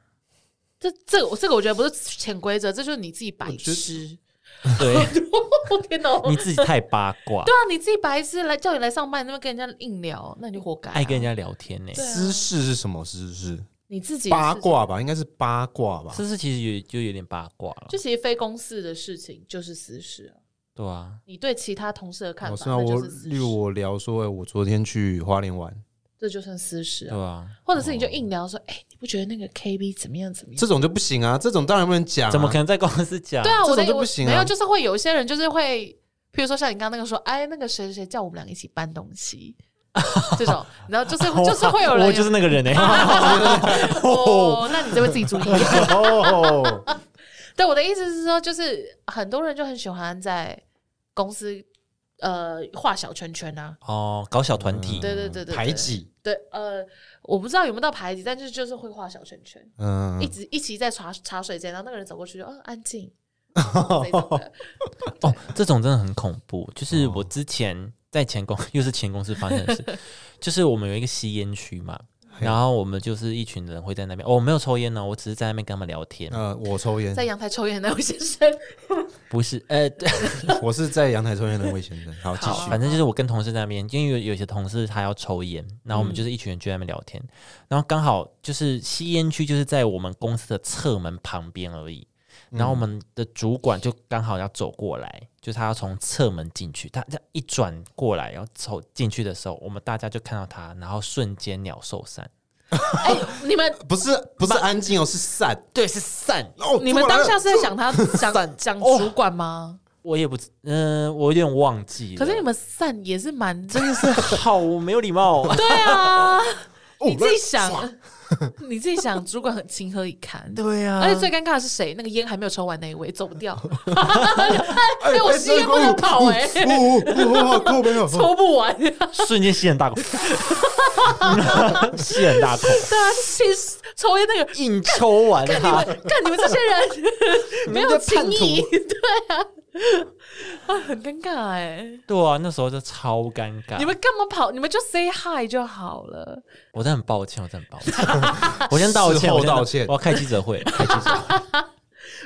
Speaker 1: 这这个这个我觉得不是潜规则，这就是你自己白 痴。
Speaker 2: 对
Speaker 1: 我天哪！
Speaker 2: 你自己太八卦
Speaker 1: 对，啊，你自己白痴来叫你来上班，你那么跟人家硬聊，那你就活该啊、
Speaker 2: 爱跟人家聊天呢、
Speaker 1: 对啊
Speaker 3: 私事是什么私事？
Speaker 1: 你自己
Speaker 3: 八
Speaker 1: 是
Speaker 3: 卦吧，应该是八卦吧。哦
Speaker 2: 私事其实有就有点八卦了
Speaker 1: 就，其实非公事的事情就是私事啊。
Speaker 2: 对啊，
Speaker 1: 你对其他同事的看
Speaker 3: 我
Speaker 1: 法，
Speaker 3: 啊，
Speaker 1: 那
Speaker 3: 我
Speaker 1: 就是私
Speaker 3: 例如
Speaker 1: 事，
Speaker 3: 我聊说，哎，我昨天去花莲玩，
Speaker 1: 这就算私事
Speaker 2: 对
Speaker 3: 哦
Speaker 1: 啊。
Speaker 2: 啊，
Speaker 1: 或者是你就硬聊说，哎、你不觉得那个 KB 怎么样怎么样
Speaker 3: 这？种就不行啊，这种当然不能讲啊。
Speaker 2: 怎么可能在公司讲？
Speaker 1: 对啊，我
Speaker 3: 这
Speaker 1: 的
Speaker 3: 种就
Speaker 1: 我
Speaker 3: 不行啊
Speaker 1: 没有，就是 会有一些人就是会，譬如说像你刚刚那个说，哎，那个谁谁谁叫我们两个一起搬东西，这种，然后
Speaker 3: 哦
Speaker 1: 就是就是会有人
Speaker 2: 我
Speaker 1: 有
Speaker 2: 就是那个人哎、
Speaker 1: 哦，那你这边自己注意。
Speaker 3: 哦，
Speaker 1: 对，我的意思是说，就是很多人就很喜欢在公司呃画小圈圈啊，
Speaker 2: 哦，搞小团体，
Speaker 1: 对对对对对
Speaker 4: 排挤，
Speaker 1: 对，呃，我不知道有没有到排挤，但是就是会画小圈圈，
Speaker 3: 嗯
Speaker 1: 一，直一起在茶茶水间，然后那个人走过去就嗯安静，这种的
Speaker 2: 哦，这种真的很恐怖。就是我之前在前公，又是前公司发生的事，就是我们有一个吸烟区嘛，然后我们就是一群人会在那边。哦，我没有抽烟呢，我只是在那边跟他们聊天，
Speaker 3: 呃，我抽烟
Speaker 1: 在，阳台抽烟的那位先生，
Speaker 2: 不是呃，对，
Speaker 3: 我是在阳台抽烟的魏先生。好，继
Speaker 1: 好
Speaker 3: 续。
Speaker 2: 反正就是我跟同事在那边，因为有有些同事他要抽烟，然后我们就是一群人就在那边聊天，然后刚好就是吸烟区就是在我们公司的侧门旁边而已。然后我们的主管就刚好要走过来，就是他要从侧门进去，他这样一转过来，然后走进去的时候，我们大家就看到他，然后瞬间鸟兽散。
Speaker 1: 哎，你们
Speaker 3: 不是不是安静哦，是散
Speaker 2: 对，是散。
Speaker 3: 哦。
Speaker 1: 你们
Speaker 3: 这么
Speaker 1: 当
Speaker 3: 来
Speaker 1: 下是在想他想讲主管吗？
Speaker 2: 我也不知，嗯、我有点忘记了。
Speaker 1: 可是你们散也是蛮真的是，。
Speaker 2: 好没有礼貌、哦
Speaker 1: 对啊，你自己
Speaker 3: 唰
Speaker 1: 想，你自己想，主管很情何以堪，
Speaker 2: 对啊呀、
Speaker 1: 而且最尴尬的是谁？那个烟还没有抽完那一位走不掉， 哎、我吸烟不能跑哎、
Speaker 3: 哦哦，好酷，没有。
Speaker 1: 抽不完， 对
Speaker 2: 瞬间吸很 大口，吸很大口，
Speaker 1: 啊，其实抽烟那个，
Speaker 2: 硬抽完它。
Speaker 1: 看你们这些人没有情
Speaker 2: 你
Speaker 1: 义，对啊，啊，很尴尬哎、
Speaker 2: 对啊，那时候就超尴尬。
Speaker 1: 你们干嘛跑？你们就 say hi 就好了。
Speaker 2: 我真的很抱歉，我真的很 抱歉，我先道歉，
Speaker 3: 事后
Speaker 2: 我先
Speaker 3: 道歉
Speaker 2: 我要开记者会，开记者会。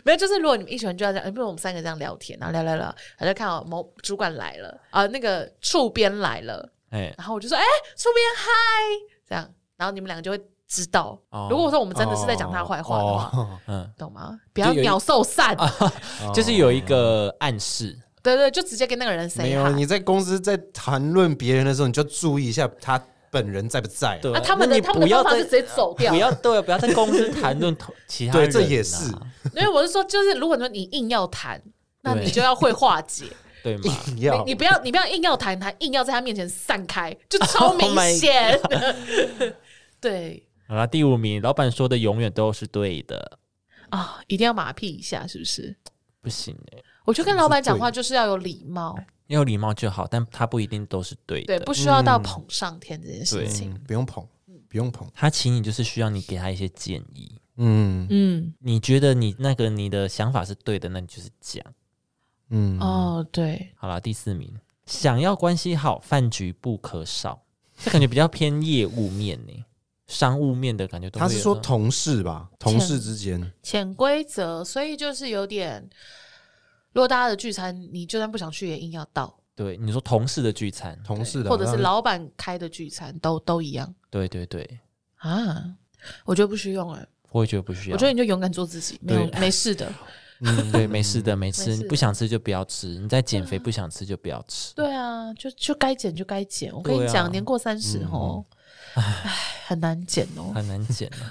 Speaker 1: 没有，就是如果你们一群人就要这样，哎比如我们三个这样聊天，然后聊聊聊，然后就看到某主管来了啊、那个处编来了，
Speaker 2: 哎，
Speaker 1: 然后我就说，哎、处编嗨，这样，然后你们两个就会知道。
Speaker 2: 哦
Speaker 1: 如果说我们真的是在讲他坏话的话。
Speaker 3: 哦，
Speaker 2: 嗯，
Speaker 1: 懂吗？不要
Speaker 2: 有一啊
Speaker 1: 鸟兽散，哦
Speaker 2: 就是有一个暗示，
Speaker 1: 对对，就直接跟那个人 say
Speaker 3: 没有。
Speaker 1: hi。
Speaker 3: 你在公司在谈论别人的时候，你就注意一下他本人在不在。
Speaker 2: 对
Speaker 1: 啊，他们的
Speaker 2: 呃你
Speaker 1: 他们
Speaker 2: 不
Speaker 1: 的
Speaker 2: 要
Speaker 1: 方法
Speaker 2: 再
Speaker 1: 是直接走掉
Speaker 2: 不，要对，啊不要在公司谈论同其他人
Speaker 3: 对，
Speaker 2: 啊。
Speaker 3: 这也是
Speaker 1: 因为我是说，就是如果说你硬要谈，那
Speaker 2: 对
Speaker 1: 你就要会化 解，
Speaker 2: 对嘛？
Speaker 3: 硬
Speaker 1: 你
Speaker 3: 要
Speaker 1: 你不要你不要硬要谈，他硬要在他面前散开，就超明
Speaker 2: Oh my
Speaker 1: 显。 对
Speaker 2: 好了，第五名，老板说的永远都是对的，
Speaker 1: 啊，一定要马屁一下，是不是？
Speaker 2: 不行哎，
Speaker 1: 我觉得跟老板讲话就是要有礼貌，
Speaker 2: 要有礼貌就好，但他不一定都是对
Speaker 1: 对，
Speaker 2: 的。
Speaker 1: 不需要
Speaker 2: 嗯
Speaker 1: 到捧上天这件事情
Speaker 3: 嗯。不用捧，不用捧。
Speaker 2: 他请你就是需要你给他一些建议。
Speaker 3: 嗯
Speaker 1: 嗯，
Speaker 2: 你觉得你那个你的想法是对的，那你就是讲。
Speaker 3: 嗯，
Speaker 1: 哦，对，
Speaker 2: 好啦，第四名，想要关系好，饭局不可少。这感觉比较偏业务面呢、商务面的感觉都会
Speaker 3: 他
Speaker 2: 有。
Speaker 3: 是说同事吧？同事之间，
Speaker 1: 潜规则，所以就是有点，如果大家的聚餐，你就算不想去，也硬要到。
Speaker 2: 对你说同事的聚餐，
Speaker 3: 同事的，
Speaker 1: 或者是老板开的聚餐，都都一样
Speaker 2: 对对对，
Speaker 1: 啊。我觉得不需用哎、
Speaker 2: 我也觉得不需要。
Speaker 1: 我觉得你就勇敢做自己，没有
Speaker 2: 对
Speaker 1: 没事的。
Speaker 2: 对，没 事的，没吃，
Speaker 1: 没事
Speaker 2: 你不想吃就不要吃，你在减肥，不想吃就不要吃。
Speaker 1: 对啊，就就该减就该减。我跟
Speaker 2: 对
Speaker 1: 你
Speaker 2: 啊
Speaker 1: 讲，年过三十哦，唉，很难减 哦。
Speaker 2: 很难减啊！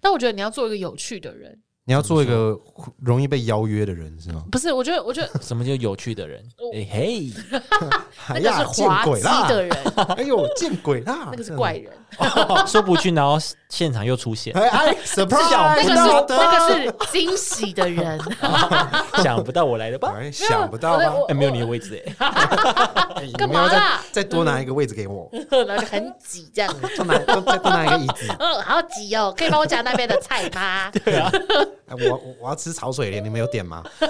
Speaker 1: 但我觉得你要做一个有趣的人，
Speaker 3: 你要做一个容易被邀约的人， 是吗？
Speaker 1: 不是？我觉得，我觉得
Speaker 2: 什么叫有趣的人？
Speaker 1: 哦
Speaker 2: 哎嘿，
Speaker 1: 那
Speaker 3: 哎
Speaker 1: 个
Speaker 3: 呀
Speaker 1: 是滑
Speaker 3: 见鬼
Speaker 1: 稽的
Speaker 3: 啦！
Speaker 1: 人，
Speaker 3: 哎呦， 见鬼啦！
Speaker 1: 那个是怪人，
Speaker 2: 说不去，然后现场又出现，
Speaker 3: 哎哎
Speaker 1: 那
Speaker 3: ，surprise！
Speaker 1: 个
Speaker 3: 不到
Speaker 1: 是
Speaker 3: 的
Speaker 1: 那个是惊喜的人。
Speaker 2: 想不到我来了吧？
Speaker 3: 哎，想不到
Speaker 1: 没有
Speaker 3: 吧
Speaker 1: 嗯我？
Speaker 2: 哎，没有你的位置哎，
Speaker 3: 哎你
Speaker 1: 干
Speaker 3: 们要
Speaker 1: 嘛
Speaker 3: 再
Speaker 1: 啦嗯
Speaker 3: 再多拿一个位置给我，
Speaker 1: 然后就很挤这样，
Speaker 2: 嗯
Speaker 3: 再拿多再多拿一个椅子。
Speaker 1: 嗯，好挤哦，可以帮我夹那边的菜吗？
Speaker 3: 哎我我我要吃潮水莲，你们有点吗？
Speaker 1: 你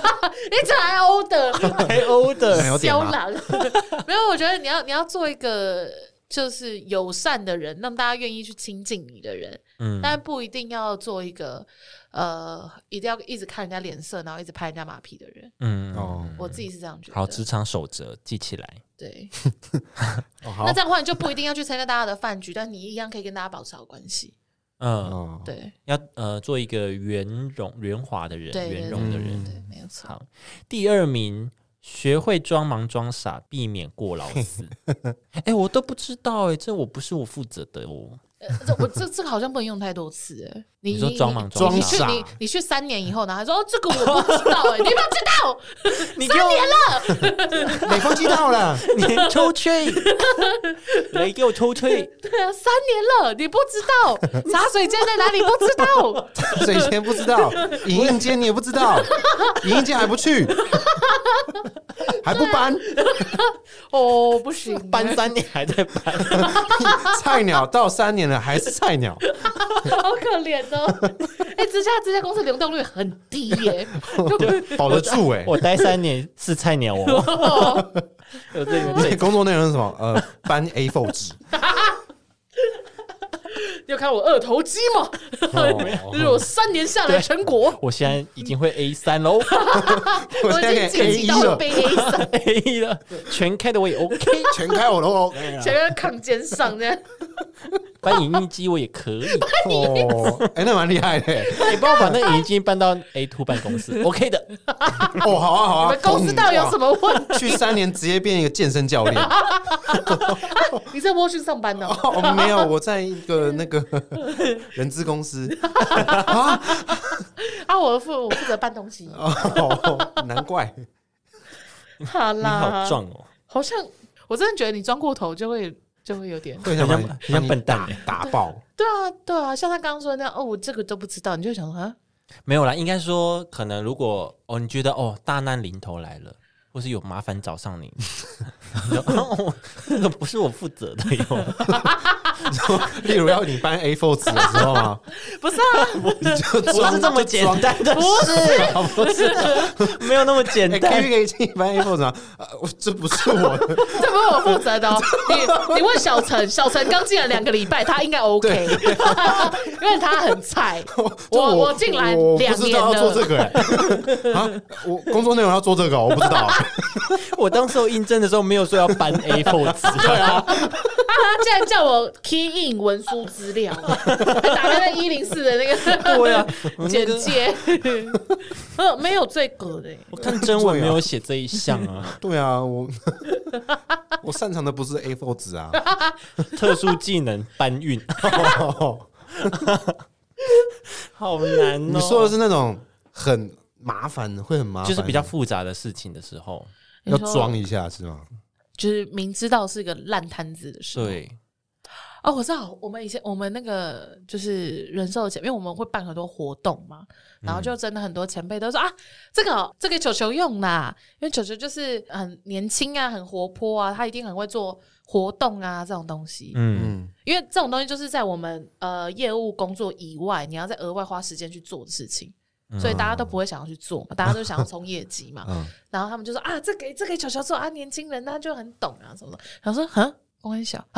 Speaker 1: 怎 么还 order？
Speaker 2: 还 order
Speaker 3: 没有点
Speaker 1: 肖
Speaker 3: 吗？
Speaker 1: 郎， 没有，我觉得你要你要做一个就是友善的人，让大家愿意去亲近你的人，
Speaker 2: 嗯，
Speaker 1: 但不一定要做一个呃，一定要一直看人家脸色，然后一直拍人家马屁的人。
Speaker 2: 嗯
Speaker 3: 哦
Speaker 1: 我自己是这样觉得。
Speaker 2: 好，职场守则记起来。
Speaker 1: 对，
Speaker 3: 哦，好
Speaker 1: 那这，样的话你就不一定要去参加大家的饭局，但你一样可以跟大家保持好关系。
Speaker 2: 嗯，
Speaker 3: 哦，
Speaker 1: 对，
Speaker 2: 要呃做一个圆融圆滑的人，
Speaker 1: 对对
Speaker 2: 圆融的人。
Speaker 1: 对，没有错。
Speaker 2: 好，第二名，学会装忙装傻，避免过劳 死。哎、我都不知道哎、这我不是我负责的哦。
Speaker 1: 呃这我这这个好像不能用太多次，哎你
Speaker 2: 你说
Speaker 1: 你
Speaker 2: 装忙
Speaker 1: 你
Speaker 2: 装
Speaker 1: 你去
Speaker 3: 傻
Speaker 1: 你你去三年以后，然后他说、哦、这个我不知道 哎、你有没有知道？
Speaker 2: 你给我
Speaker 3: 美风机 到了，
Speaker 2: 你抽吹， 来给我抽吹，
Speaker 1: 对啊，三年了，你不知道茶水间在哪里？不知道，
Speaker 3: 水前不知道，影印间你也不 知道，影印间还不去，还不搬，
Speaker 1: 哦，不行，
Speaker 2: 搬三年还在搬，
Speaker 3: 菜鸟到三年了还是菜鸟，
Speaker 1: 好可怜哦。 哎、这家这家公司流动率很低欸耶、
Speaker 3: 保得住哎、
Speaker 2: 我待三年是菜 鸟哦，
Speaker 1: 哦，
Speaker 2: 有这个
Speaker 3: 而且
Speaker 2: 对
Speaker 3: 工作内容是什么？呃，搬 A4 纸，
Speaker 1: 要看我二头肌吗？
Speaker 2: 哦
Speaker 1: 这是我三年下来的成果。
Speaker 2: 我现在已经会 A 三喽
Speaker 3: 我现在
Speaker 1: 已
Speaker 3: 给
Speaker 1: 经
Speaker 3: A
Speaker 1: 晋级
Speaker 3: 一
Speaker 1: 到了
Speaker 3: 了，
Speaker 1: 被 A 三，
Speaker 2: ，A 了，全开的我也 OK，
Speaker 3: 全开我哦喽。
Speaker 1: 前面抗肩上这样。
Speaker 2: 搬影印机我也可以，
Speaker 3: 哦，哎，那蛮厉害的欸。
Speaker 2: 你帮我把那个影印机搬到 A two 办公 室，OK 的，
Speaker 3: 哦，好啊，好
Speaker 1: 你
Speaker 3: 啊
Speaker 1: 们。公司到底有什么问？
Speaker 3: 哇？去三年直接变一个健身教练？
Speaker 1: 你在沃逊上班呢？
Speaker 3: 哦，没有，我在一个那个人资公司。啊，
Speaker 1: 啊，我负我负责搬东西。
Speaker 3: 哦，难怪。
Speaker 1: 好
Speaker 2: 你
Speaker 1: 啦，
Speaker 2: 好壮哦，
Speaker 1: 好像我真的觉得你装过头就会就会有 点。
Speaker 3: 对，
Speaker 2: 很像
Speaker 3: 把你
Speaker 2: 很像笨蛋欸。
Speaker 3: 打爆。
Speaker 1: 对啊，对啊，像他刚刚说的那样，哦，我这个都不知道，你就想说啊，
Speaker 2: 没有啦，应该说可能如果哦，你觉得哦大难临头来了，或是有麻烦找上你， 你就哦那个不是我负责的哟，
Speaker 3: 例如要你搬 A4 纸，你知道吗？
Speaker 1: 不是啊，
Speaker 3: 你就
Speaker 2: 不
Speaker 3: 装
Speaker 2: 是这么简单的，
Speaker 1: 不是，
Speaker 2: 不是没有那么简
Speaker 3: 哎，K
Speaker 2: 单
Speaker 3: P。可以请你搬 A4 纸吗？呃，我这不是我的。
Speaker 1: 这不是我负责 的哦。你你问小陈，小陈刚进来两个礼拜，他应该 OK，因为他很 菜。
Speaker 3: 这
Speaker 1: 我我进来
Speaker 3: 哦我
Speaker 1: 两
Speaker 3: 不知
Speaker 1: 年
Speaker 3: 道要做
Speaker 1: 了，
Speaker 3: 这个 欸啊！我工作内容要做这个哦，我不知道。
Speaker 2: 我当时候应征的时候没有说要搬 A4 纸， 对啊，
Speaker 1: 他 竟然叫我 key in 文书资 料，还打开那一零四的那个
Speaker 2: 对啊，我那
Speaker 1: 简
Speaker 2: 个
Speaker 1: 介， 呃，没有这个的。
Speaker 2: 我看真文没有写这一 项啊，
Speaker 3: 对啊，我我擅长的不是 A4 纸啊。
Speaker 2: 特殊技能搬运，
Speaker 3: 哦
Speaker 2: 好难哦。
Speaker 3: 你说的是那种很麻烦，会很麻烦，
Speaker 2: 就是比较复杂的事情的时候，
Speaker 3: 要
Speaker 1: 你说
Speaker 3: 装一下是吗？
Speaker 1: 就是明知道是个烂摊子的事。
Speaker 2: 对，
Speaker 1: 哦，我知道，我们以前我们那个就是人寿的前，因为我们会办很多活动嘛，然后就真的很多前辈都说、啊，这个哦这个球球用啦，因为球球就是很年轻啊，很活泼啊，他一定很会做活动啊这种东西。
Speaker 2: 嗯，
Speaker 3: 嗯，
Speaker 1: 因为这种东西就是在我们呃业务工作以外，你要再额外花时间去做的事情，所以大家都不会想要去做嘛，大 家都想要冲业绩嘛。
Speaker 3: 嗯
Speaker 1: 然后他们就说啊，这给这给球球做啊，年轻人他就很懂啊什么的。然后说哼，我很小，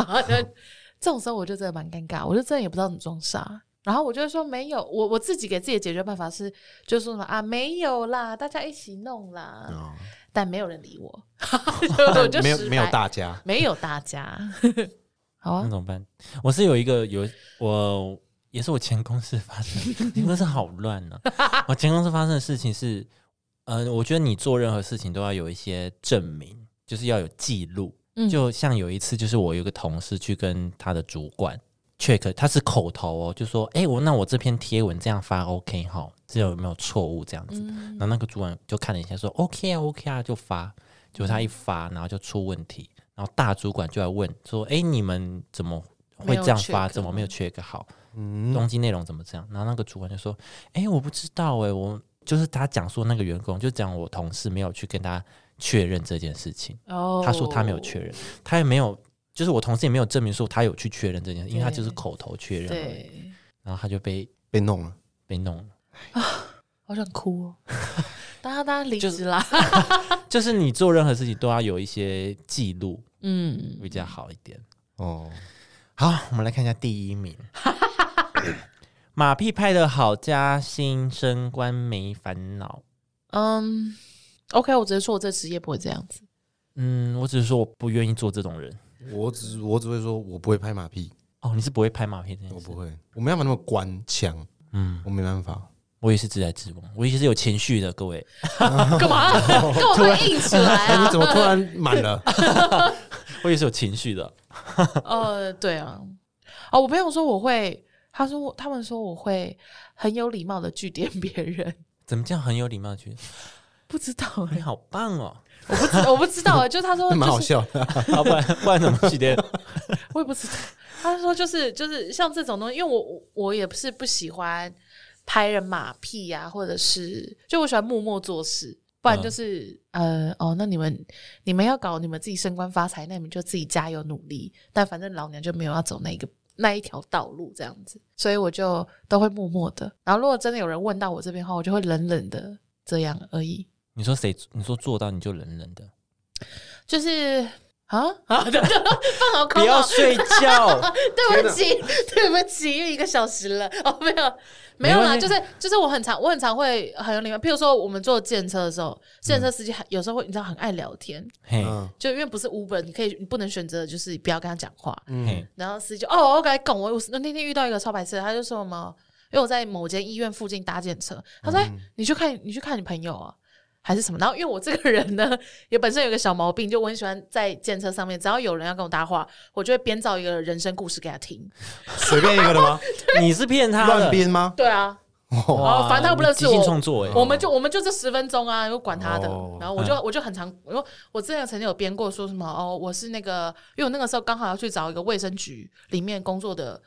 Speaker 1: 这种时候我就真的蛮尴尬，我就真的也不知道怎么装傻。然后我就会说没有，我我自己给自己的解决办法是，就是说什么啊没有啦，大家一起弄啦，
Speaker 3: 哦
Speaker 1: 但没有人理我， 我啊就
Speaker 3: 没有
Speaker 1: 失败
Speaker 3: 没有大家，
Speaker 1: 没有大家， 好
Speaker 2: 那
Speaker 1: 啊，
Speaker 2: 怎么办？我是有一个有我也是我前公司发生的， 前公司好乱呢、 我前公司发生的事情是，嗯、我觉得你做任何事情都要有一些证明，就是要有记录。
Speaker 1: 嗯
Speaker 2: 就像有一次，就是我有一个同事去跟他的主管 check，他是口头哦，就说：“哎、我那我这篇贴文这样发 OK 哈，这有没有错误这样子？”
Speaker 1: 嗯
Speaker 2: 然后那个主管就看了一下说：“OK 啊，OK 啊，就发。”结果他一发，然后就出问题，然后大主管就来问说：“哎、你们怎么会这样
Speaker 1: 没有
Speaker 2: 发？
Speaker 1: 缺
Speaker 2: 怎么没有缺个好？
Speaker 3: 嗯，
Speaker 2: 东西内容怎么这样？”然后那个主管就说：“哎、我不知道哎、我就是他讲说那个员工就讲我同事没有去跟他确认这件事情，
Speaker 1: 哦，
Speaker 2: 他说他没有确认，他也没有。”就是我同事也没有证明说他有去确认这件事，因为他就是口头确认而已，
Speaker 1: 对，
Speaker 2: 然后他就被
Speaker 3: 被弄了，
Speaker 2: 被弄了。
Speaker 1: 好想哭哦，大家大家离职啦，
Speaker 2: 就是你做任何事情都要有一些记录
Speaker 1: 嗯，
Speaker 2: 比较好一点。
Speaker 3: 哦，
Speaker 2: 好，我们来看一下第一 名。马屁拍的好，加薪升官没烦恼。
Speaker 1: 嗯，OK，我只是说我这职业不会这样子。
Speaker 2: 嗯，我只是说我不愿意做这种人。
Speaker 3: 我只我只会说我不会拍马屁，
Speaker 2: 哦，你是不会拍马屁这件
Speaker 3: 我
Speaker 2: 事
Speaker 3: 不。会，我没办法那么官腔，
Speaker 2: 嗯，
Speaker 3: 我没办法。
Speaker 2: 我也是直来直往，我也是有情绪的，各位。
Speaker 1: 干嘛？干嘛突然硬起来
Speaker 3: 哎，你
Speaker 1: 啊？
Speaker 3: 怎么突然满 了？
Speaker 2: 我也是有情绪的。
Speaker 1: 呃，对啊，哦，我朋友说我会他说我他们说我会很有礼貌的去点别人，
Speaker 2: 怎么这样很有礼貌去？
Speaker 1: 不知道哎、
Speaker 2: 你好棒哦！
Speaker 1: 我不知我不知道哎、就他说
Speaker 3: 那蛮
Speaker 1: 就
Speaker 3: 好
Speaker 1: 是
Speaker 3: 笑 的。
Speaker 2: 啊，不然不然怎么去的？
Speaker 1: 我也不知道。 他说就是就是像这种东西，因为我我我也不是不喜欢拍人马屁呀、或者是就我喜欢默默做事，不然就是、
Speaker 2: 嗯
Speaker 1: 呃哦，那你们你们要搞你们自己升官发财，那你们就自己加油努力。但反正老娘就没有要走那个那一条道路这样子，所以我就都会默默的。然后如果真的有人问到我这边的话，我就会冷冷的这样而已，
Speaker 2: 你说谁？你说做到你就冷冷的，
Speaker 1: 就是。啊 啊！对对对放好空哦
Speaker 2: 不 要睡觉。
Speaker 1: 对不起， 对不起，因为一个小时了哦，没有，没有啦，
Speaker 2: 没关系
Speaker 1: 就是就是我很常我很常会很有礼貌，譬如说我们坐建车的时候，建车司机很有时候会你知道很爱聊天，
Speaker 2: 嘿，
Speaker 3: 嗯
Speaker 1: 就因为不是 Uber，你可以你不能选择就是不要跟他讲话，
Speaker 2: 嘿
Speaker 3: 嗯，，
Speaker 1: 然后司机就哦，我该拱我，我那天遇到一个超白痴的，他就说什么，因为我在某间医院附近搭建车，他说、哎，你去看你去看你朋友啊。还是什么？然后因为我这个人呢， 也本身有一个小毛病，就我很喜欢在建车上面，只要有人要跟我搭话，我就会编造一个人生故事给他听。
Speaker 3: 随便一个的 吗？
Speaker 2: 你是骗他
Speaker 3: 乱
Speaker 2: 的，
Speaker 3: 编吗？
Speaker 1: 对啊，
Speaker 2: 哇
Speaker 1: 哦反正他不认识
Speaker 2: 你即兴
Speaker 1: 我
Speaker 2: 创作哎，
Speaker 1: 我们就我们就这十分钟啊，又管他的。
Speaker 3: 哦
Speaker 1: 然后我就、我就很常，我就我之前曾经有编过说什么哦，我是那个，因为我那个时候刚好要去找一个卫生局里面工作的。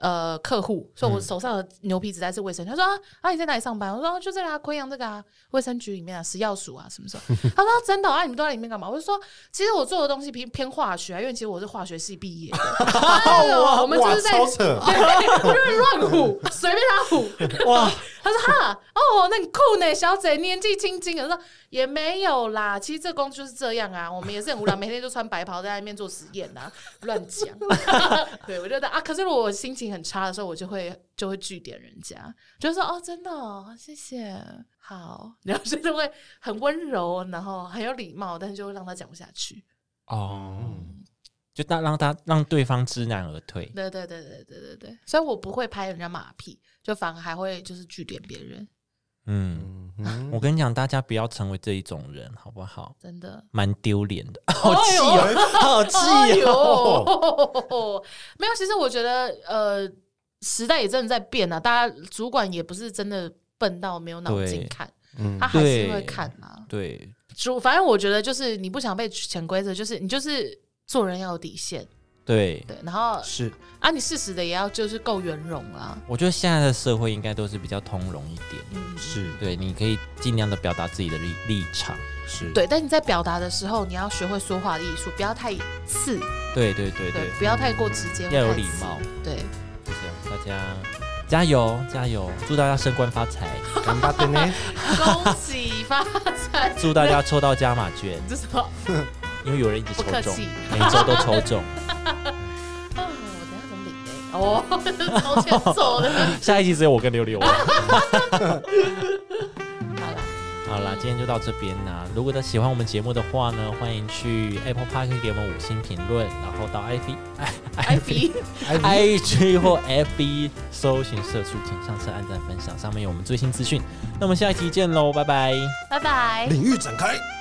Speaker 1: 呃，客户，所以
Speaker 3: 嗯
Speaker 1: 我手上的牛皮纸袋是卫生。他说啊啊，你在哪里上班？我说、啊、就这里啊，昆阳这个啊，卫生局里面啊，食药署啊，什么什 么。他说、啊真的啊，你们都在里面干嘛？我就说，其实我做的东西偏偏化学、啊，因为其实我是化学系毕 业的。哎呦我们就
Speaker 3: 哇，
Speaker 1: 是在
Speaker 3: 超扯！
Speaker 1: 对，我就是乱唬，随便他唬。哇， 他说哈哦，那很酷呢，小姐年纪轻轻的，我说也没有啦，其实这工作就是这样啊，我们也是很无聊，每天就穿白袍在那边做实验啊，乱讲。 对，我觉得啊，可是如果我心情很差的时候，我就会就会据点人家，就会说哦，真的、哦，谢谢。好，然后就是会很温柔，然后很有礼貌，但是就会让他讲不下去。
Speaker 3: 嗯
Speaker 2: 哦，就大让他让对方知难而退。
Speaker 1: 对对对对对对对，所以我不会拍人家马屁，就反而还会就是据点别人，
Speaker 2: 嗯，
Speaker 3: 嗯嗯
Speaker 2: 我跟你讲，大家不要成为这一种人，好不好？
Speaker 1: 真的。
Speaker 2: 蛮丢脸的，
Speaker 1: 好气哦！
Speaker 2: 好气
Speaker 1: 哎
Speaker 2: 哦！
Speaker 1: 呦，没有，其实我觉得呃，时代也真的在变啊，大家主管也不是真的笨到没有脑筋
Speaker 2: 对
Speaker 1: 看，
Speaker 3: 嗯
Speaker 1: 他还是
Speaker 2: 对
Speaker 1: 会看啊。
Speaker 2: 对，
Speaker 1: 主反正我觉得就是你不想被潜规则，就是你就是做人要有底线，
Speaker 2: 对，
Speaker 1: 对，然后
Speaker 3: 是
Speaker 1: 啊，你适时的也要就是够圆融啊啦。
Speaker 2: 我觉得现在的社会应该都是比较通融一点。
Speaker 1: 嗯，
Speaker 3: 是
Speaker 2: 对，你可以尽量的表达自己的立立场。
Speaker 3: 是，
Speaker 1: 对，但你在表达的时候，你要学会说话的艺术，不要太刺，
Speaker 2: 对对对
Speaker 1: 对
Speaker 2: 对，，
Speaker 1: 不要太过直接，
Speaker 2: 要有
Speaker 1: 太
Speaker 2: 礼
Speaker 1: 刺
Speaker 2: 貌，
Speaker 1: 对。
Speaker 2: 就这样，大家加油加油，祝大家升官发 财，
Speaker 3: 干巴的呢？
Speaker 1: 恭喜发财！
Speaker 2: 祝大家抽到加码券，
Speaker 1: 这是什么？
Speaker 2: 因为有人一直抽
Speaker 1: 不客
Speaker 2: 中
Speaker 1: 气，
Speaker 2: 每周都抽 中，
Speaker 1: 啊，我等下怎么领哎？哦，朝前走的。
Speaker 2: 下一集只有我跟六六了。
Speaker 1: 好啦，
Speaker 2: 好啦，今天就到这边啦。如果大家喜欢我们节目的话呢，欢迎去 Apple Park 给我们五星评论，然后到 i v
Speaker 1: 艾比，
Speaker 2: i g 或 f b 搜寻社畜，请上车按赞分享，上面有我们最新资讯。那我们下一期见喽，拜拜。
Speaker 1: 拜拜。
Speaker 3: 领域展开。